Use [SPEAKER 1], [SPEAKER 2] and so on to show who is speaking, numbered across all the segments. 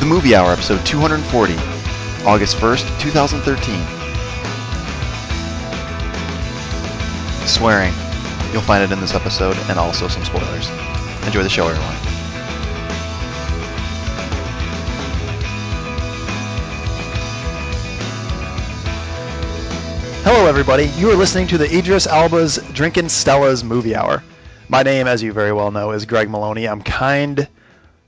[SPEAKER 1] The Movie Hour, episode 240, August 1st, 2013. Swearing. You'll find it in this episode and also some spoilers. Enjoy the show, everyone. Hello, everybody. You are listening to the Idris Alba's Drinkin' Stella's Movie Hour. My name, as you very well know, is Greg Maloney. I'm kind.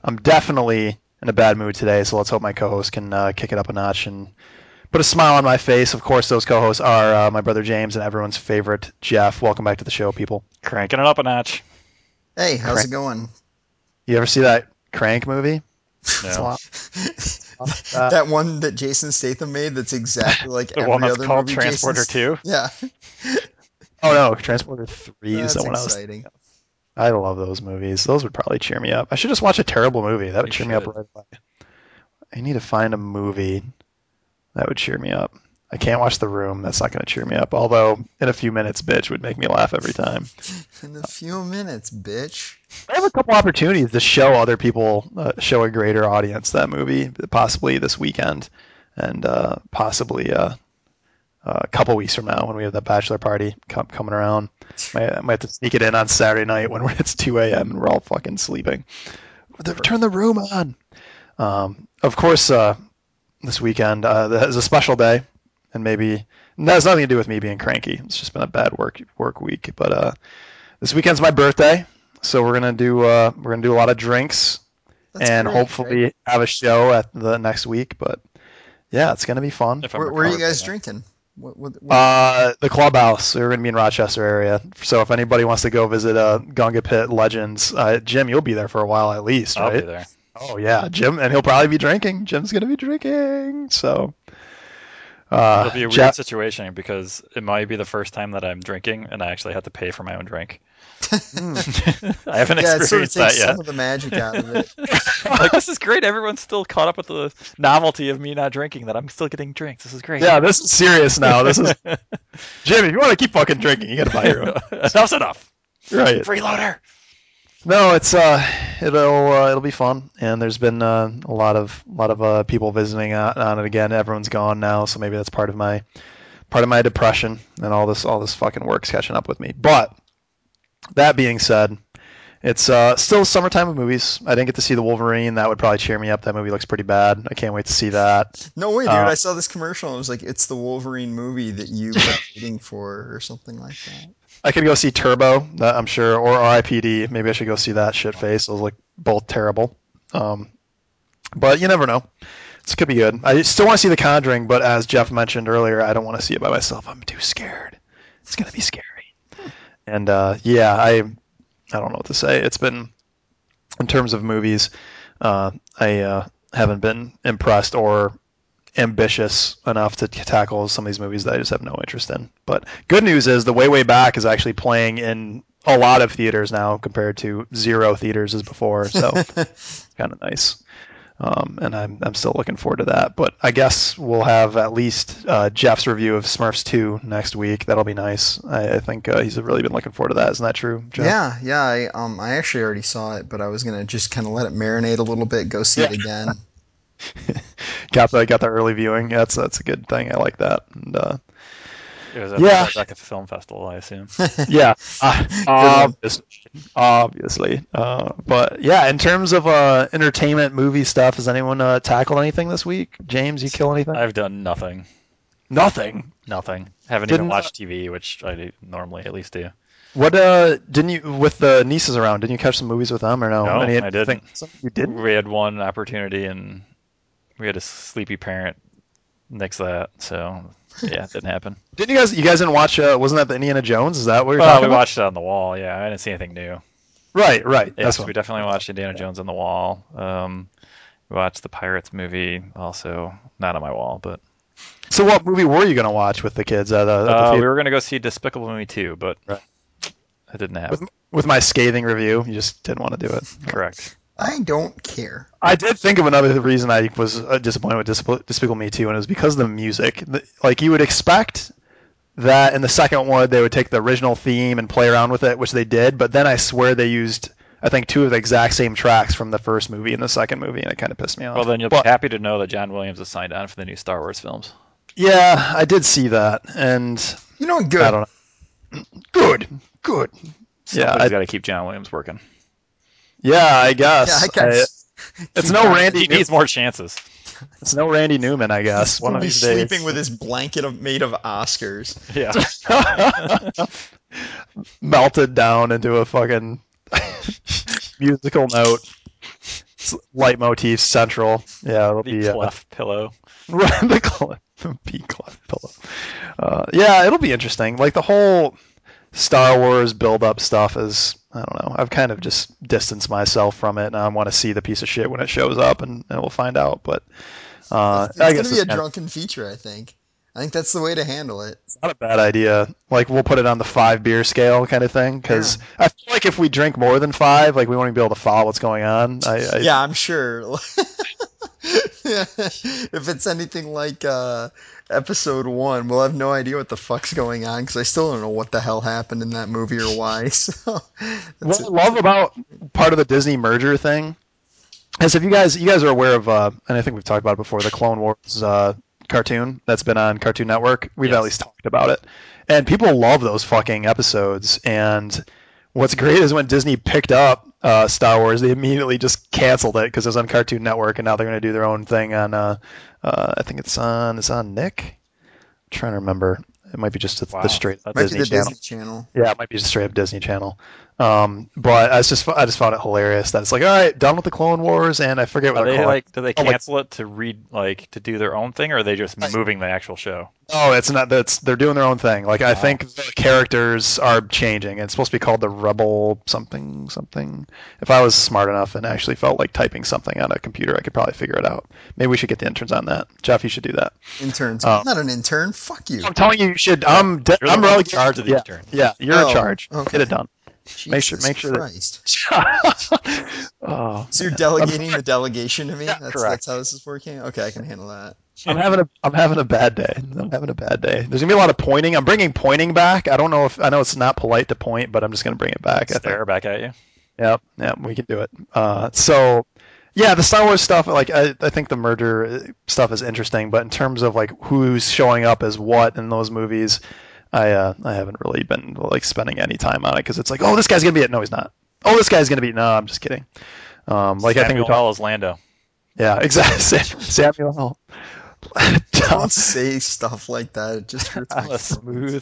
[SPEAKER 1] I'm definitely in a bad mood today, so let's hope my co-host can uh, kick it up a notch and put a smile on my face. Of course, those co-hosts are uh, my brother James and everyone's favorite Jeff. Welcome back to the show, people.
[SPEAKER 2] Cranking it up a notch.
[SPEAKER 3] Hey, how's
[SPEAKER 1] Correct.
[SPEAKER 3] it going?
[SPEAKER 1] You ever see that Crank movie?
[SPEAKER 2] No.
[SPEAKER 1] Uh,
[SPEAKER 3] that one that Jason Statham made that's exactly like
[SPEAKER 2] The
[SPEAKER 3] every
[SPEAKER 2] one that's
[SPEAKER 3] other
[SPEAKER 2] called
[SPEAKER 3] movie
[SPEAKER 2] Transporter
[SPEAKER 3] Jason...
[SPEAKER 2] 2.
[SPEAKER 3] Yeah,
[SPEAKER 1] Oh no, Transporter Three is
[SPEAKER 3] that's
[SPEAKER 1] the one I was.
[SPEAKER 3] exciting.
[SPEAKER 1] I love those movies. Those would probably cheer me up. I should just watch a terrible movie. That would
[SPEAKER 2] You
[SPEAKER 1] cheer me up
[SPEAKER 2] should.
[SPEAKER 1] right away. I need to find a movie that would cheer me up. I can't watch The Room. That's not going to cheer me up. Although in a few minutes, bitch would make me laugh every time.
[SPEAKER 3] In a few minutes, bitch.
[SPEAKER 1] I have a couple opportunities to show other people, uh, show a greater audience that movie, possibly this weekend, and uh, possibly uh, a couple weeks from now when we have that bachelor party com- coming around. Might, I might have to sneak it in on Saturday night when it's 2 a.m. and we're all fucking sleeping. The- turn the room on. Um, of course, uh, this weekend uh, that is a special day, and maybe and that has nothing to do with me being cranky. It's just been a bad work work week, but uh, this weekend's my birthday so we're gonna do uh, we're gonna do a lot of drinks
[SPEAKER 3] That's
[SPEAKER 1] and
[SPEAKER 3] great,
[SPEAKER 1] hopefully
[SPEAKER 3] right?
[SPEAKER 1] have a show at the next week. But yeah, it's gonna be fun.
[SPEAKER 2] If I'm
[SPEAKER 3] Where, where are you
[SPEAKER 2] recovering
[SPEAKER 3] guys
[SPEAKER 2] now.
[SPEAKER 3] drinking? What, what, what-
[SPEAKER 1] Uh, the clubhouse. We're gonna be in Rochester area. So if anybody wants to go visit uh, Gunga Pit Legends, uh, Jim, you'll be there for a while at least,
[SPEAKER 2] I'll
[SPEAKER 1] right?
[SPEAKER 2] be there.
[SPEAKER 1] Oh yeah, Jim, and he'll probably be drinking. Jim's gonna be drinking. So uh,
[SPEAKER 2] It'll be a weird
[SPEAKER 1] Jeff-
[SPEAKER 2] situation because it might be the first time that I'm drinking and I actually have to pay for my own drink. I haven't
[SPEAKER 3] Hmm. yeah, it sort of
[SPEAKER 2] experienced
[SPEAKER 3] takes
[SPEAKER 2] that yet.
[SPEAKER 3] some of the magic out of it.
[SPEAKER 2] like this is great. Everyone's still caught up with the novelty of me not drinking. That I'm still getting drinks. This is great.
[SPEAKER 1] yeah, this is serious now. This is Jim. If you want to keep fucking drinking, you gotta buy your own.
[SPEAKER 2] enough's enough.
[SPEAKER 1] Right.
[SPEAKER 2] Freeloader.
[SPEAKER 1] No, it's uh, it'll uh, it'll be fun, and there's been uh, a lot of a lot of uh, people visiting on, on it again. Everyone's gone now, so maybe that's part of my part of my depression and all this all this fucking work's catching up with me. But that being said, it's uh, still summertime of movies. I didn't get to see the Wolverine. That would probably cheer me up. That movie looks pretty bad. I can't wait to see that.
[SPEAKER 3] No way, dude!
[SPEAKER 1] Uh,
[SPEAKER 3] I saw this commercial and it was like, "It's the Wolverine movie that you were waiting for," or something like that.
[SPEAKER 1] I could go see Turbo. That I'm sure, or R.I.P.D. Maybe I should go see that shit face. Those look both terrible. Um, but you never know. This could be good. I still want to see The Conjuring, but as Jeff mentioned earlier, I don't want to see it by myself. I'm too scared. It's gonna be scary. And uh, yeah, I I don't know what to say. It's been in terms of movies, uh, I uh, haven't been impressed or ambitious enough to t- tackle some of these movies that I just have no interest in. But good news is the Way Way Back is actually playing in a lot of theaters now compared to zero theaters as before. So it's kind of nice. Um, and I'm, I'm still looking forward to that. But I guess we'll have at least uh, Jeff's review of Smurfs 2 next week. That'll be nice. I, I think uh, he's really been looking forward to that. Isn't that true, Jeff?
[SPEAKER 3] Yeah, yeah. I um, I actually already saw it, but I was gonna just kind of let it marinate a little bit, go see it again.
[SPEAKER 1] Got the, got the early viewing. That's, that's a good thing. I like that. And, uh,
[SPEAKER 2] It was at
[SPEAKER 1] Yeah.
[SPEAKER 2] the Rebecca Film Festival, I assume.
[SPEAKER 1] yeah, uh, obviously, obviously. Uh, but yeah, in terms of uh, entertainment movie stuff, has anyone uh, tackled anything this week? James, you kill anything?
[SPEAKER 2] I've done nothing.
[SPEAKER 1] Nothing.
[SPEAKER 2] Nothing. Haven't
[SPEAKER 1] Didn't,
[SPEAKER 2] even
[SPEAKER 1] uh,
[SPEAKER 2] watched TV, which I do- normally at least do.
[SPEAKER 1] What uh, didn't you with the nieces around? Didn't you catch some movies with them or no?
[SPEAKER 2] No,
[SPEAKER 1] Any-
[SPEAKER 2] I didn't.
[SPEAKER 1] something You didn't.
[SPEAKER 2] We had one opportunity, and we had a sleepy parent nix that. So yeah, it didn't happen.
[SPEAKER 1] Didn't you guys? You guys didn't watch? Uh, wasn't that the Indiana Jones? Is that what you're
[SPEAKER 2] Well,
[SPEAKER 1] talking
[SPEAKER 2] Uh, we
[SPEAKER 1] about?
[SPEAKER 2] watched it on the wall. Yeah, I didn't see anything new.
[SPEAKER 1] Right, right.
[SPEAKER 2] Yes,
[SPEAKER 1] That's what.
[SPEAKER 2] we definitely watched Indiana Jones on the wall. Um, we watched the Pirates movie, also not on my wall, but
[SPEAKER 1] So, what movie were you gonna watch with the kids at, uh, at the
[SPEAKER 2] uh, we
[SPEAKER 1] theater?
[SPEAKER 2] were gonna go see Despicable Me 2, but
[SPEAKER 1] Right.
[SPEAKER 2] it didn't
[SPEAKER 1] With,
[SPEAKER 2] happen.
[SPEAKER 1] with my scathing review, you just didn't want to do it.
[SPEAKER 2] Correct.
[SPEAKER 3] I don't care.
[SPEAKER 1] I did think of another reason I was uh, disappointed with Disp- Despicable Me Too, and it was because of the music. The- like you would expect that in the second one they would take the original theme and play around with it, which they did. But then I swear they used I think two of the exact same tracks from the first movie and the second movie, and it kind of pissed me off.
[SPEAKER 2] Well, then you'll
[SPEAKER 1] But-
[SPEAKER 2] be happy to know that John Williams has signed on for the new Star Wars films.
[SPEAKER 1] yeah, I did see that, and
[SPEAKER 3] You know what?
[SPEAKER 1] I
[SPEAKER 3] Good.
[SPEAKER 1] don't know. Good, good. Yeah,
[SPEAKER 2] Somebody's
[SPEAKER 1] I-
[SPEAKER 2] got to keep John Williams working.
[SPEAKER 1] Yeah, I uh,
[SPEAKER 3] Yeah,
[SPEAKER 1] guess.
[SPEAKER 3] I guess.
[SPEAKER 1] it's no Oh, Randy.
[SPEAKER 2] He needs more chances.
[SPEAKER 1] it's no Randy Newman, I guess. One of
[SPEAKER 3] He's
[SPEAKER 1] these days.
[SPEAKER 3] sleeping with his blanket of, made of Oscars.
[SPEAKER 2] Yeah.
[SPEAKER 1] melted down into a fucking musical note. S- Light motif central. Yeah, it'll
[SPEAKER 2] The
[SPEAKER 1] be uh,
[SPEAKER 2] clef pillow.
[SPEAKER 1] Right, the clef, the P clef pillow. Uh, yeah, it'll be interesting. Like the whole Star Wars build up stuff is, I don't know. I've kind of just distanced myself from it, and I want to see the piece of shit when it shows up, and, and we'll find out. But uh,
[SPEAKER 3] It's
[SPEAKER 1] I
[SPEAKER 3] going
[SPEAKER 1] guess
[SPEAKER 3] to be a
[SPEAKER 1] it's kind of-
[SPEAKER 3] drunken feature, I think. I think that's the way to handle it.
[SPEAKER 1] not a bad idea. Like we'll put it on the five beer scale kind of thing, because I feel like if we drink more than five, like we won't even be able to follow what's going on. I, I,
[SPEAKER 3] yeah, I'm sure. if it's anything like uh, episode one, we'll have no idea what the fuck's going on because I still don't know what the hell happened in that movie or why. So that's
[SPEAKER 1] what I love about part of the Disney merger thing is if you guys you guys are aware of uh, and I think we've talked about it before the Clone Wars uh, cartoon that's been on Cartoon Network. We've at
[SPEAKER 2] Yes.
[SPEAKER 1] least talked about it, and people love those fucking episodes. And what's great is when Disney picked up uh, Star Wars, they immediately just canceled it because it was on Cartoon Network, and now they're going to do their own thing on. Uh, uh, I think it's on it's on Nick. I'm trying to remember. It might be just the,
[SPEAKER 2] Wow.
[SPEAKER 1] the straight
[SPEAKER 2] That's
[SPEAKER 3] might
[SPEAKER 1] Disney
[SPEAKER 3] be the
[SPEAKER 1] channel.
[SPEAKER 3] Disney Channel.
[SPEAKER 1] Yeah, it might be just straight up Disney Channel. Um, but I was just I just found it hilarious that it's like, all right, done with the Clone Wars, and I forget what
[SPEAKER 2] Are
[SPEAKER 1] they're
[SPEAKER 2] they
[SPEAKER 1] calling.
[SPEAKER 2] like? Do they
[SPEAKER 1] Oh, like-
[SPEAKER 2] cancel it to read like to do their own thing, or are they just
[SPEAKER 3] I-
[SPEAKER 2] moving the actual show?
[SPEAKER 1] oh, it's not that's they're doing their own thing. Like I think the characters are changing. It's supposed to be called the Rebel something something. If I was smart enough and actually felt like typing something on a computer, I could probably figure it out. Maybe we should get the interns on that. Jeff, you should do that.
[SPEAKER 3] Interns.
[SPEAKER 1] Oh.
[SPEAKER 3] I'm not an intern. Fuck you.
[SPEAKER 1] I'm telling you, you should. I'm de-
[SPEAKER 2] You're the
[SPEAKER 1] I'm
[SPEAKER 2] one in
[SPEAKER 1] really
[SPEAKER 2] charge of the
[SPEAKER 1] yeah,
[SPEAKER 2] intern.
[SPEAKER 1] Yeah, you're
[SPEAKER 3] Oh,
[SPEAKER 1] in charge.
[SPEAKER 3] okay.
[SPEAKER 1] Get it done. make sure-
[SPEAKER 3] Jesus
[SPEAKER 1] make sure that-
[SPEAKER 3] Christ.
[SPEAKER 1] oh,
[SPEAKER 3] so you're delegating the delegation to me. that's,
[SPEAKER 2] correct.
[SPEAKER 3] that's how this is working. Okay, I can handle that.
[SPEAKER 1] I'm having a I'm having a bad day. I'm having a bad day. There's gonna be a lot of pointing. I'm bringing pointing back. I don't know if I know it's not polite to point, but I'm just gonna bring it back. I think.
[SPEAKER 2] Stare back at you.
[SPEAKER 1] Yep, yep, we can do it. Uh, so, yeah, the Star Wars stuff. Like I, I think the merger uh, stuff is interesting, but in terms of like who's showing up as what in those movies, I uh, I haven't really been like spending any time on it because it's like, oh, this guy's gonna be it. No, he's not. Oh, this guy's gonna be. No, I'm just kidding. Um, like I think we talked.
[SPEAKER 2] all is Lando.
[SPEAKER 1] Yeah, exactly. Samuel.
[SPEAKER 3] Don't say stuff like that. It just hurts my
[SPEAKER 2] I'm a
[SPEAKER 3] feelings.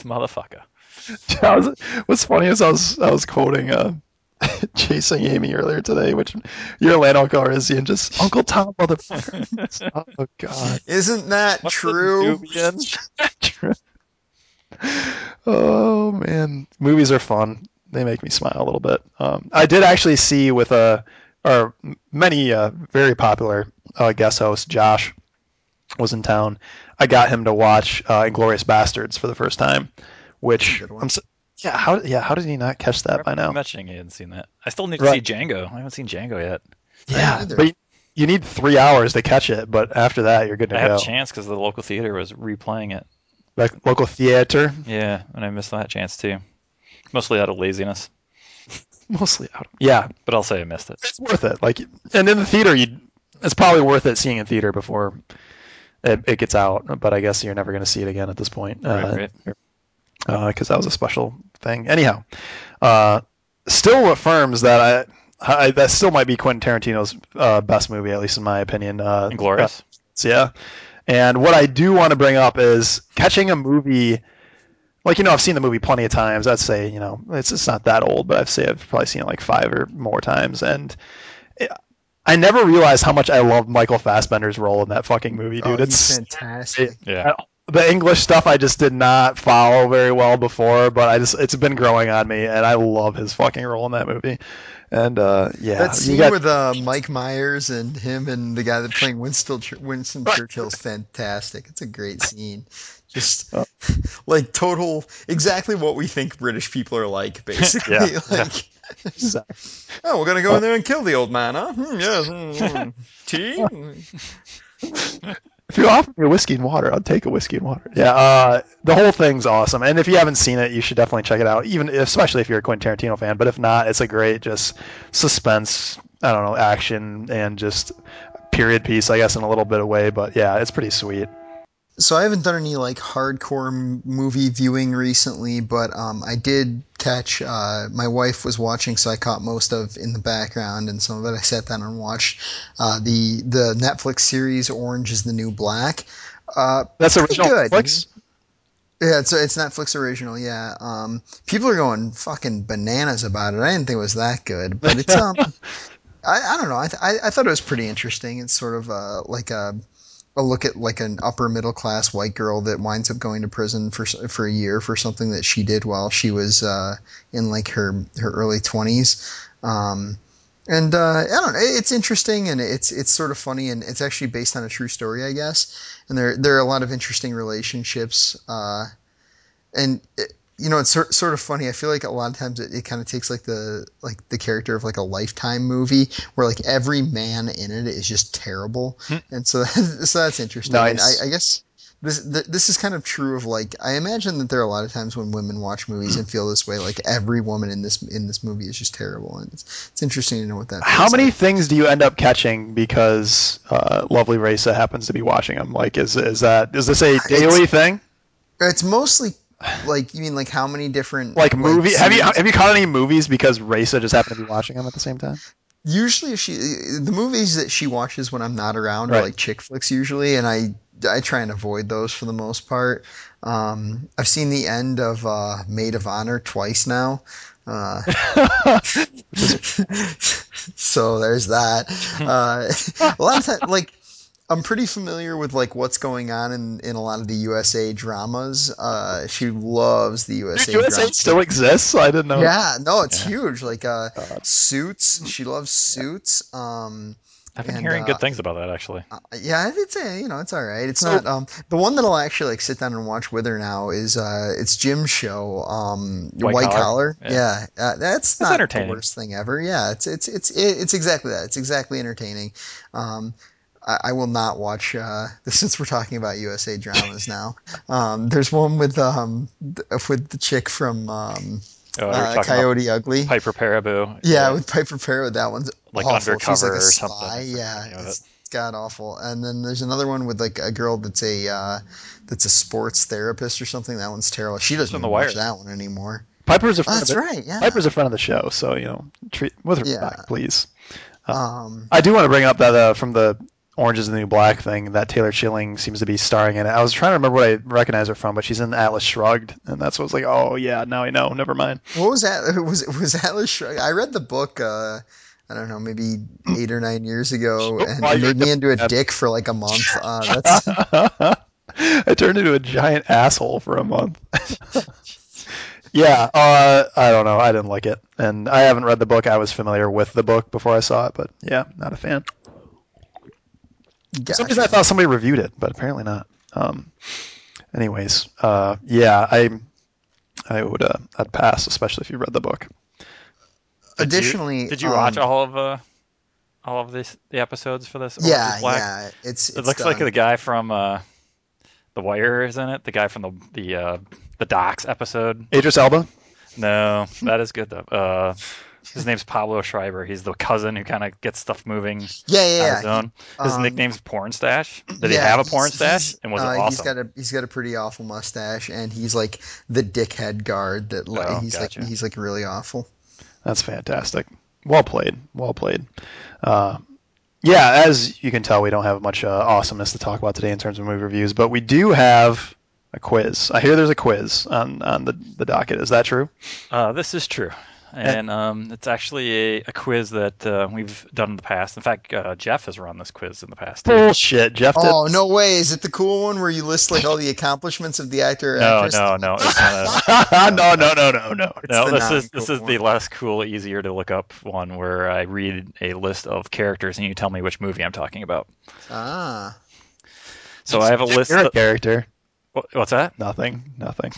[SPEAKER 2] smooth motherfucker.
[SPEAKER 1] I was, what's funny is I was I was quoting uh, Chasing Amy earlier today, which your land uncle is and just Uncle Tom motherfucker. oh god.
[SPEAKER 3] Isn't that
[SPEAKER 2] What's the
[SPEAKER 3] true?
[SPEAKER 2] Nubian?
[SPEAKER 1] oh man, movies are fun. They make me smile a little bit. Um, I did actually see with a or many uh, very popular uh, guest host Josh was in town. I got him to watch uh, Inglorious Bastards for the first time, which
[SPEAKER 3] Good one.
[SPEAKER 1] I'm so, yeah how yeah how did he not catch that by now?
[SPEAKER 2] I'm mentioning he hadn't seen that. I still need to
[SPEAKER 1] Right.
[SPEAKER 2] see Django. I haven't seen Django yet.
[SPEAKER 1] Yeah,
[SPEAKER 3] either.
[SPEAKER 1] but you, you need three hours to catch it. But after that, you're good to
[SPEAKER 2] I had
[SPEAKER 1] go.
[SPEAKER 2] a chance because the local theater was replaying it.
[SPEAKER 1] Like local theater,
[SPEAKER 2] Yeah, and I missed that chance too. Mostly out of laziness,
[SPEAKER 1] mostly out. Yeah,
[SPEAKER 2] but I'll say I missed it.
[SPEAKER 1] it's worth it. Like, and in the theater, you it's probably worth it seeing in theater before it, it gets out. But I guess you're never going to see it again at this point. uh,
[SPEAKER 2] Right, right.
[SPEAKER 1] because that was a special thing. Anyhow, uh, still affirms that I, I that still might be Quentin Tarantino's uh, best movie, at least in my opinion. Uh,
[SPEAKER 2] Inglorious.
[SPEAKER 1] uh, yeah. And what I do want to bring up is catching a movie. Like you know, I've seen the movie plenty of times. I'd say you know it's it's not that old, but I've say I've probably seen it like five or more times, and it, I never realized how much I love Michael Fassbender's role in that fucking movie, dude.
[SPEAKER 3] oh,
[SPEAKER 1] it's
[SPEAKER 3] he's fantastic.
[SPEAKER 1] uh,
[SPEAKER 2] Yeah.
[SPEAKER 1] the English stuff I just did not follow very well before, but I just it's been growing on me, and I love his fucking role in that movie. And uh, yeah,
[SPEAKER 3] That
[SPEAKER 1] you
[SPEAKER 3] scene
[SPEAKER 1] got-
[SPEAKER 3] with uh, Mike Myers and him and the guy that playing Winston, Ch- Winston Churchill's fantastic. It's a great scene. Just like total, exactly what we think British people are like, basically.
[SPEAKER 2] Yeah,
[SPEAKER 3] like, oh, we're gonna hmm, go in there and kill the old man, huh? Hmm, yes. mm, mm. Tea.
[SPEAKER 1] If you offer me a whiskey and water, I'd take a whiskey and water. Yeah, uh, the whole thing's awesome, and if you haven't seen it, you should definitely check it out. Even especially if you're a Quentin Tarantino fan, but if not, it's a great just suspense, I don't know, action and just period piece, I guess, in a little bit of way. But yeah, it's pretty sweet.
[SPEAKER 3] So I haven't done any like hardcore m- movie viewing recently, but um, I did catch. Uh, my wife was watching, so I caught most of in the background, and some of it I sat down and watched. Uh, the the Netflix series Orange is the New Black. Uh,
[SPEAKER 1] That's
[SPEAKER 3] pretty
[SPEAKER 1] original
[SPEAKER 3] good.
[SPEAKER 1] Netflix.
[SPEAKER 3] Yeah, it's it's Netflix original. Yeah, um, people are going fucking bananas about it. I didn't think it was that good, but it's um, I, I don't know. I, th- I I thought it was pretty interesting. It's sort of uh, like a a look at like an upper middle class white girl that winds up going to prison for s- for a year for something that she did while she was uh, in like her her early twenties. Um, and uh, I don't know. It's interesting and it's it's sort of funny and it's actually based on a true story, I guess. And there there are a lot of interesting relationships. Uh, and it, you know, it's sort, sort of funny. I feel like a lot of times it, it kind of takes like the like the character of like a lifetime movie where like every man in it is just terrible, and so that, so that's interesting. And
[SPEAKER 1] Nice.
[SPEAKER 3] I, I guess. This, th- this is kind of true of like I imagine that there are a lot of times when women watch movies and feel this way like every woman in this in this movie is just terrible and it's, it's interesting to know what that
[SPEAKER 1] How
[SPEAKER 3] feels
[SPEAKER 1] many
[SPEAKER 3] like.
[SPEAKER 1] things do you end up catching because uh, Lovely Raisa happens to be watching them? Like, is is that is this a daily thing?
[SPEAKER 3] it's mostly like you mean like how many different
[SPEAKER 1] Like movie? have you
[SPEAKER 3] series?
[SPEAKER 1] have you caught any movies because Raisa just happened to be watching them at the same time?
[SPEAKER 3] usually if she the movies that she watches when I'm not around are
[SPEAKER 1] Right.
[SPEAKER 3] like chick flicks usually, and I I try and avoid those for the most part. Um, I've seen the end of uh, Maid of Honor twice now. Uh, so there's that.
[SPEAKER 1] Hmm.
[SPEAKER 3] Uh, a lot of time, like I'm pretty familiar with like what's going on in, in a lot of the USA dramas. Uh, she loves the USA.
[SPEAKER 1] Dude, USA
[SPEAKER 3] dramas.
[SPEAKER 1] still exists. I didn't know.
[SPEAKER 3] Yeah, no, it's
[SPEAKER 2] Yeah.
[SPEAKER 3] huge. Like uh, suits, she loves suits. Um,
[SPEAKER 2] I've been
[SPEAKER 3] And,
[SPEAKER 2] hearing
[SPEAKER 3] uh,
[SPEAKER 2] good things about that actually.
[SPEAKER 3] uh, yeah, it's a, you know it's all right. It's
[SPEAKER 1] So-
[SPEAKER 3] not um the one that I'll actually like sit down and watch with her now is uh it's Jim's show um White,
[SPEAKER 2] White
[SPEAKER 3] Collar.
[SPEAKER 2] Collar?
[SPEAKER 3] Yeah, uh, that's not
[SPEAKER 2] entertaining.
[SPEAKER 3] the worst thing ever. Yeah, it's it's it's it- it's exactly that. It's exactly entertaining. Um. I I will not watch uh, since we're talking about USA dramas now. Um, there's one with um, th- with the chick from um,
[SPEAKER 2] Oh, we were
[SPEAKER 3] uh,
[SPEAKER 2] talking about
[SPEAKER 3] Coyote Ugly.
[SPEAKER 2] Piper Paraboo.
[SPEAKER 3] Yeah, with Piper Parrot, that one's
[SPEAKER 2] Like
[SPEAKER 3] awful. She's
[SPEAKER 2] undercover
[SPEAKER 3] like a
[SPEAKER 2] or
[SPEAKER 3] spy.
[SPEAKER 2] something. I forget the name
[SPEAKER 3] Yeah,
[SPEAKER 2] of
[SPEAKER 3] it's god awful. And then there's another one with like a girl that's a uh, that's a sports therapist or something. That one's terrible. She doesn't
[SPEAKER 2] on The
[SPEAKER 3] even watch
[SPEAKER 2] Wire.
[SPEAKER 3] that one anymore.
[SPEAKER 1] Piper's a
[SPEAKER 3] Oh,
[SPEAKER 1] friend.
[SPEAKER 3] that's
[SPEAKER 1] of the,
[SPEAKER 3] right. Yeah.
[SPEAKER 1] Piper's a friend of the show, so you know, treat with
[SPEAKER 3] Yeah.
[SPEAKER 1] respect, please.
[SPEAKER 3] Um,
[SPEAKER 1] I do want to bring up that uh, from the Orange is the New Black thing that Taylor Schilling seems to be starring in. I was trying to remember what I recognize her from, but she's in Atlas Shrugged, and that's what I was like, oh yeah, now I know. Never mind.
[SPEAKER 3] what was that? Was was Atlas Shrugged? I read the book. Uh, I don't know, maybe eight or nine years ago,
[SPEAKER 1] Sure,
[SPEAKER 3] and
[SPEAKER 1] while
[SPEAKER 3] it
[SPEAKER 1] you're
[SPEAKER 3] made me into a
[SPEAKER 1] that-
[SPEAKER 3] dick for like a month. Uh, that's
[SPEAKER 1] I turned into a giant asshole for a month. yeah, uh, I don't know. I didn't like it, and I haven't read the book. I was familiar with the book before I saw it, but yeah, not a fan. For some reason, I
[SPEAKER 3] gotcha.
[SPEAKER 1] thought somebody reviewed it, but apparently not. Um, anyways, uh, yeah, I, I would, uh, I'd pass, especially if you read the book.
[SPEAKER 2] Did you-
[SPEAKER 3] Additionally,
[SPEAKER 2] did you watch
[SPEAKER 3] um,
[SPEAKER 2] all of uh, all of this, the episodes for this? Orange is
[SPEAKER 3] Yeah,
[SPEAKER 2] Black?
[SPEAKER 3] yeah. It's, it's um,
[SPEAKER 2] It looks like
[SPEAKER 3] done.
[SPEAKER 2] the guy from uh, The Wire is in it. The guy from the the uh, the Docs episode.
[SPEAKER 1] Idris Elba.
[SPEAKER 2] No, that is good though. Uh, his name's Pablo Schreiber. He's the cousin who kind of gets stuff moving
[SPEAKER 3] yeah, yeah,
[SPEAKER 2] on
[SPEAKER 3] yeah.
[SPEAKER 2] his own. His
[SPEAKER 3] um,
[SPEAKER 2] nickname's Porn Stash. Did he
[SPEAKER 3] Yeah,
[SPEAKER 2] have a
[SPEAKER 3] he's-
[SPEAKER 2] porn
[SPEAKER 3] he's-
[SPEAKER 2] stash? And was
[SPEAKER 3] uh,
[SPEAKER 2] it
[SPEAKER 3] He's
[SPEAKER 2] awesome?
[SPEAKER 3] got a he's got a pretty awful mustache, and he's like the dickhead guard that like
[SPEAKER 2] Oh,
[SPEAKER 3] he's
[SPEAKER 2] gotcha.
[SPEAKER 3] like he's like really awful.
[SPEAKER 1] That's fantastic. Well played. Well played. Uh, yeah, as you can tell, we don't have much uh, awesomeness to talk about today in terms of movie reviews, but we do have a quiz. I hear there's a quiz on, on the, the docket. Is that true?
[SPEAKER 2] Uh, this is true. And um, it's actually a, a quiz that uh, we've done in the past. In fact, uh, Jeff has run this quiz in the past. too.
[SPEAKER 1] Bullshit. Jeff did.
[SPEAKER 3] Oh no way! Is it the cool one where you list like all the accomplishments of the actor? Or
[SPEAKER 2] no,
[SPEAKER 3] actress?
[SPEAKER 2] no, no. It's not a,
[SPEAKER 1] no, no, no, no, no.
[SPEAKER 2] no
[SPEAKER 3] the
[SPEAKER 2] this
[SPEAKER 3] not
[SPEAKER 2] is this
[SPEAKER 3] cool
[SPEAKER 2] is the less cool, easier to look up one where I read a list of characters and you tell me which movie I'm talking about.
[SPEAKER 3] Ah,
[SPEAKER 2] So I have a list.
[SPEAKER 1] You're a
[SPEAKER 2] Of,
[SPEAKER 1] character.
[SPEAKER 2] wha- what's that?
[SPEAKER 1] Nothing. Nothing.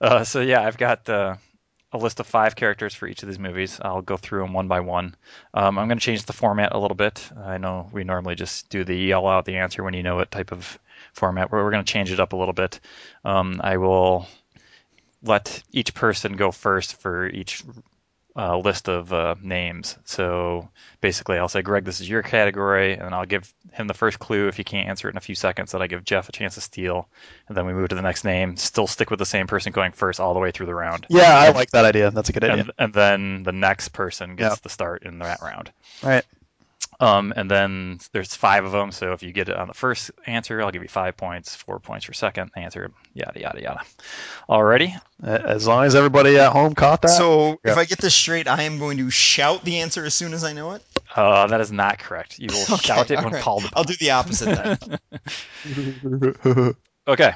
[SPEAKER 2] Uh, so yeah, I've got uh, a list of five characters for each of these movies. I'll go through them one by one. Um, I'm going to change the format a little bit. I know we normally just do the yell out the answer when you know it type of format. We're, we're going to change it up a little bit. Um, I will let each person go first for each uh, list of uh, names. So basically, I'll say, Greg, this is your category, and I'll give him the first clue. If he can't answer it in a few seconds, then I give Jeff a chance to steal, and then we move to the next name. Still stick with the same person going first all the way through the round.
[SPEAKER 1] Yeah, I like that idea. That's a good idea.
[SPEAKER 2] And, and then the next person gets
[SPEAKER 1] Yeah.
[SPEAKER 2] the start in that round.
[SPEAKER 1] All right.
[SPEAKER 2] Um, and then there's five of them. So if you get it on the first answer, I'll give you five points, four points for second answer, yada, yada, yada. Alrighty.
[SPEAKER 1] A- As long as everybody at home caught that.
[SPEAKER 3] So
[SPEAKER 1] Yeah.
[SPEAKER 3] if I get this straight, I am going to shout the answer as soon as I know it.
[SPEAKER 2] Uh, that is not correct. You will
[SPEAKER 3] Okay,
[SPEAKER 2] shout it
[SPEAKER 3] all
[SPEAKER 2] when
[SPEAKER 3] right.
[SPEAKER 2] called
[SPEAKER 3] I'll
[SPEAKER 2] upon.
[SPEAKER 3] do the opposite then.
[SPEAKER 2] Okay.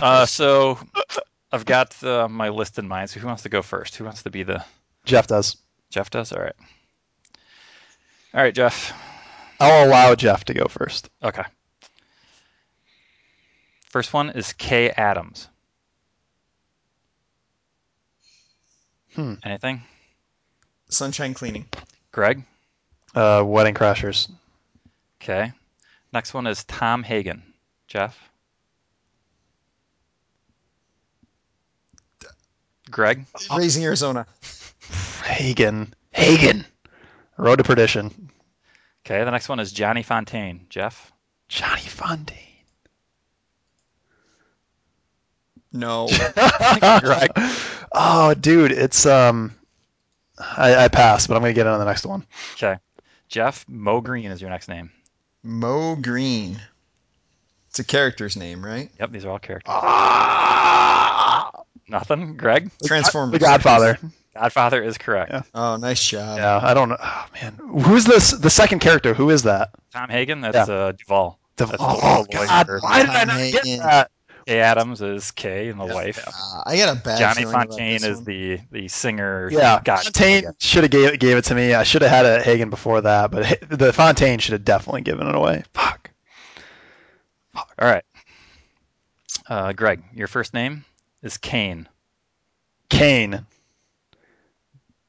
[SPEAKER 2] uh, so I've got uh, my list in mind. So who wants to go first? Who wants to be the
[SPEAKER 1] Jeff does.
[SPEAKER 2] Jeff? Does all right. All right, Jeff.
[SPEAKER 1] I'll allow Jeff to go first.
[SPEAKER 2] Okay. First one is K Adams.
[SPEAKER 1] Hmm.
[SPEAKER 2] Anything?
[SPEAKER 3] Sunshine cleaning.
[SPEAKER 2] Greg.
[SPEAKER 1] Uh, Wedding Crashers.
[SPEAKER 2] Okay. Next one is Tom Hagen. Jeff. Greg.
[SPEAKER 3] Raising Arizona.
[SPEAKER 1] Hagen. Hagen. Road to Perdition.
[SPEAKER 2] Okay. The next one is Johnny Fontaine. Jeff.
[SPEAKER 1] Johnny Fontaine.
[SPEAKER 3] No.
[SPEAKER 1] Greg. Oh, dude, it's um, I, I pass, but I'm gonna get in on the next one.
[SPEAKER 2] Okay. Jeff Mo Green is your next name.
[SPEAKER 3] Mo Green. It's a character's name, right?
[SPEAKER 2] Yep, these are all characters.
[SPEAKER 1] Ah.
[SPEAKER 2] Nothing. Greg.
[SPEAKER 3] Transformers.
[SPEAKER 1] The Godfather.
[SPEAKER 2] Godfather is correct.
[SPEAKER 1] Yeah.
[SPEAKER 3] Oh, nice job.
[SPEAKER 1] Yeah, I don't know. Oh, man, who's this? The second character? Who is that?
[SPEAKER 2] Tom Hagen. That's uh, Duvall.
[SPEAKER 1] The,
[SPEAKER 2] That's
[SPEAKER 1] oh
[SPEAKER 2] the lawyer.
[SPEAKER 1] God! Why did I not
[SPEAKER 3] Tom
[SPEAKER 1] get
[SPEAKER 3] Hagen.
[SPEAKER 1] that?
[SPEAKER 2] Kay Adams is Kay and the wife.
[SPEAKER 3] Uh, I got a bad
[SPEAKER 2] Johnny
[SPEAKER 3] feeling about
[SPEAKER 2] Fontaine
[SPEAKER 3] this
[SPEAKER 2] is
[SPEAKER 3] one.
[SPEAKER 2] the the singer.
[SPEAKER 1] Yeah,
[SPEAKER 2] Got
[SPEAKER 1] Fontaine should have gave, gave it to me. I should have had a Hagen before that, but H- the Fontaine should have definitely given it away. Fuck.
[SPEAKER 2] All right. Uh, Greg, your first name is Kane.
[SPEAKER 1] Kane.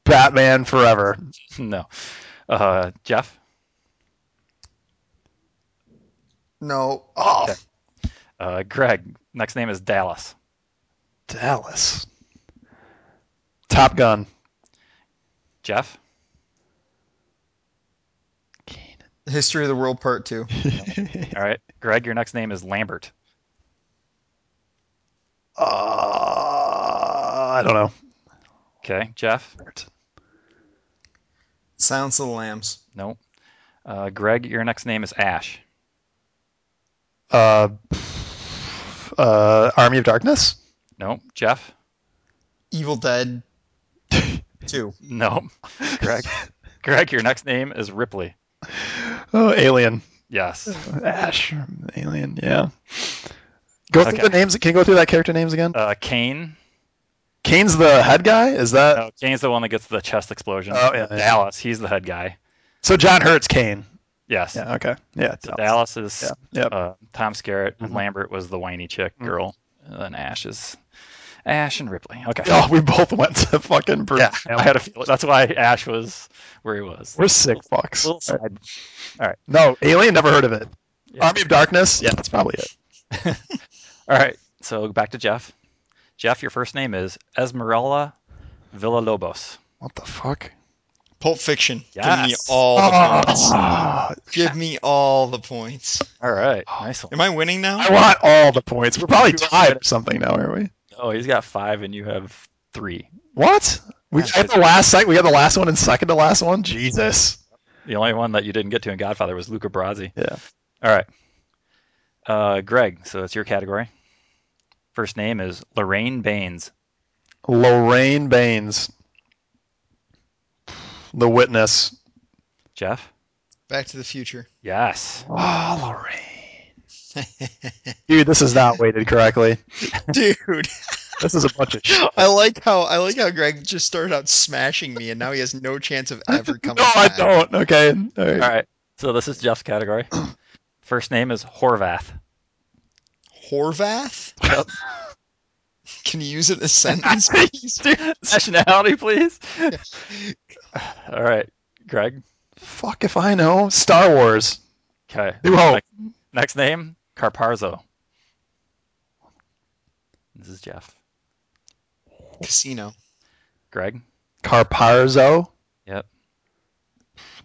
[SPEAKER 1] Batman Forever.
[SPEAKER 2] no. Uh, Jeff.
[SPEAKER 3] No. Oh,
[SPEAKER 2] Okay. Uh, Greg. Next name is Dallas.
[SPEAKER 1] Dallas. Top Gun.
[SPEAKER 2] Jeff.
[SPEAKER 1] Kane.
[SPEAKER 3] History of the World Part 2.
[SPEAKER 2] All right. Greg, your next name is Lambert.
[SPEAKER 1] uh, I don't know.
[SPEAKER 2] Okay. Jeff.
[SPEAKER 3] Silence of the Lambs.
[SPEAKER 2] Nope. Uh, Greg, your next name is Ash.
[SPEAKER 1] Uh, uh, Army of Darkness.
[SPEAKER 2] Nope. Jeff?
[SPEAKER 3] Evil Dead 2.
[SPEAKER 2] Nope. Greg? Greg, your next name is Ripley.
[SPEAKER 1] Oh, Alien.
[SPEAKER 2] Yes.
[SPEAKER 1] Ash. Alien. Yeah. Go
[SPEAKER 2] Okay.
[SPEAKER 1] through the names. Can you go through that character names again?
[SPEAKER 2] Uh, Kane?
[SPEAKER 1] Kane's the head guy. Is that
[SPEAKER 2] No, Kane's the one that gets the chest explosion.
[SPEAKER 1] Oh, yeah, yeah.
[SPEAKER 2] Dallas, he's the head guy.
[SPEAKER 1] so? John Hurt's Kane.
[SPEAKER 2] Yes.
[SPEAKER 1] Yeah. Okay. Yeah.
[SPEAKER 2] So Dallas is
[SPEAKER 1] Yeah. Mm-hmm. Yep.
[SPEAKER 2] uh, Tom Skerritt, and
[SPEAKER 1] Mhm.
[SPEAKER 2] Lambert was the whiny chick girl, and then Ash is Ash and Ripley. Okay.
[SPEAKER 1] oh, we both went to fucking. Bruce.
[SPEAKER 2] Yeah, I had a feeling. That's why Ash was where he was.
[SPEAKER 1] We're sick fucks.
[SPEAKER 2] Little side.
[SPEAKER 1] No, Alien. Never heard of it.
[SPEAKER 2] Yeah.
[SPEAKER 1] Army of Darkness. Yeah, that's probably it.
[SPEAKER 2] All right, so back to Jeff. Jeff, your first name is Esmeralda Villalobos.
[SPEAKER 1] What the fuck?
[SPEAKER 3] Pulp Fiction. Give me
[SPEAKER 2] Yes. Oh.
[SPEAKER 3] all the points.
[SPEAKER 1] Ah,
[SPEAKER 3] Give me all the points.
[SPEAKER 2] All right, nice one.
[SPEAKER 3] Am I winning now?
[SPEAKER 1] I want all the points. We're probably tied or something now, aren't we?
[SPEAKER 2] Oh, he's got five, and you have three.
[SPEAKER 1] What? We
[SPEAKER 2] Yeah.
[SPEAKER 1] got the last site. We got the last one and second to last one. Jesus.
[SPEAKER 2] The only one that you didn't get to in Godfather was Luca Brasi.
[SPEAKER 1] Yeah.
[SPEAKER 2] All right. Uh, Greg, so it's your category. First name is Lorraine Baines.
[SPEAKER 1] Lorraine Baines. The Witness.
[SPEAKER 2] Jeff?
[SPEAKER 3] Back to the Future.
[SPEAKER 2] Yes.
[SPEAKER 1] Oh, Lorraine. Dude, this is not weighted correctly.
[SPEAKER 3] Dude,
[SPEAKER 1] This is a bunch of shit.
[SPEAKER 3] I like how I like how Greg just started out smashing me, and now he has no chance of ever coming.
[SPEAKER 1] No, I
[SPEAKER 3] back.
[SPEAKER 1] don't. Okay. All right.
[SPEAKER 2] All right. So this is Jeff's category. First name is Horvath.
[SPEAKER 3] Horvath. Can you use it in a sentence? please?
[SPEAKER 2] Nationality, please. All right, Greg.
[SPEAKER 1] Fuck if I know. Star Wars. Oh,
[SPEAKER 2] Okay.
[SPEAKER 1] New Hope.
[SPEAKER 2] Next, next name, Carparzo. This is Jeff.
[SPEAKER 3] Casino.
[SPEAKER 2] Greg.
[SPEAKER 1] Carparzo.
[SPEAKER 2] Yep.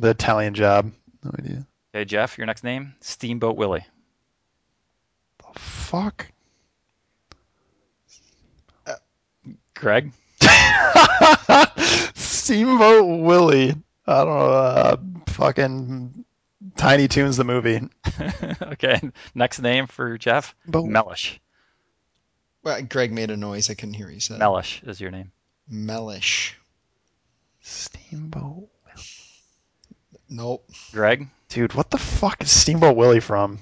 [SPEAKER 1] The Italian job. No idea.
[SPEAKER 2] Okay, Jeff. Your next name, Steamboat Willie.
[SPEAKER 1] The fuck.
[SPEAKER 2] Greg.
[SPEAKER 1] Steamboat Willie. I don't know. Uh, fucking Tiny Toons the movie.
[SPEAKER 2] okay. Next name for Jeff,
[SPEAKER 1] But
[SPEAKER 2] Mellish.
[SPEAKER 3] Well, Greg made a noise. I couldn't hear what he said.
[SPEAKER 2] Mellish is your name.
[SPEAKER 3] Mellish.
[SPEAKER 1] Steamboat.
[SPEAKER 3] Nope.
[SPEAKER 2] Greg.
[SPEAKER 1] Dude, what the fuck is Steamboat Willie from?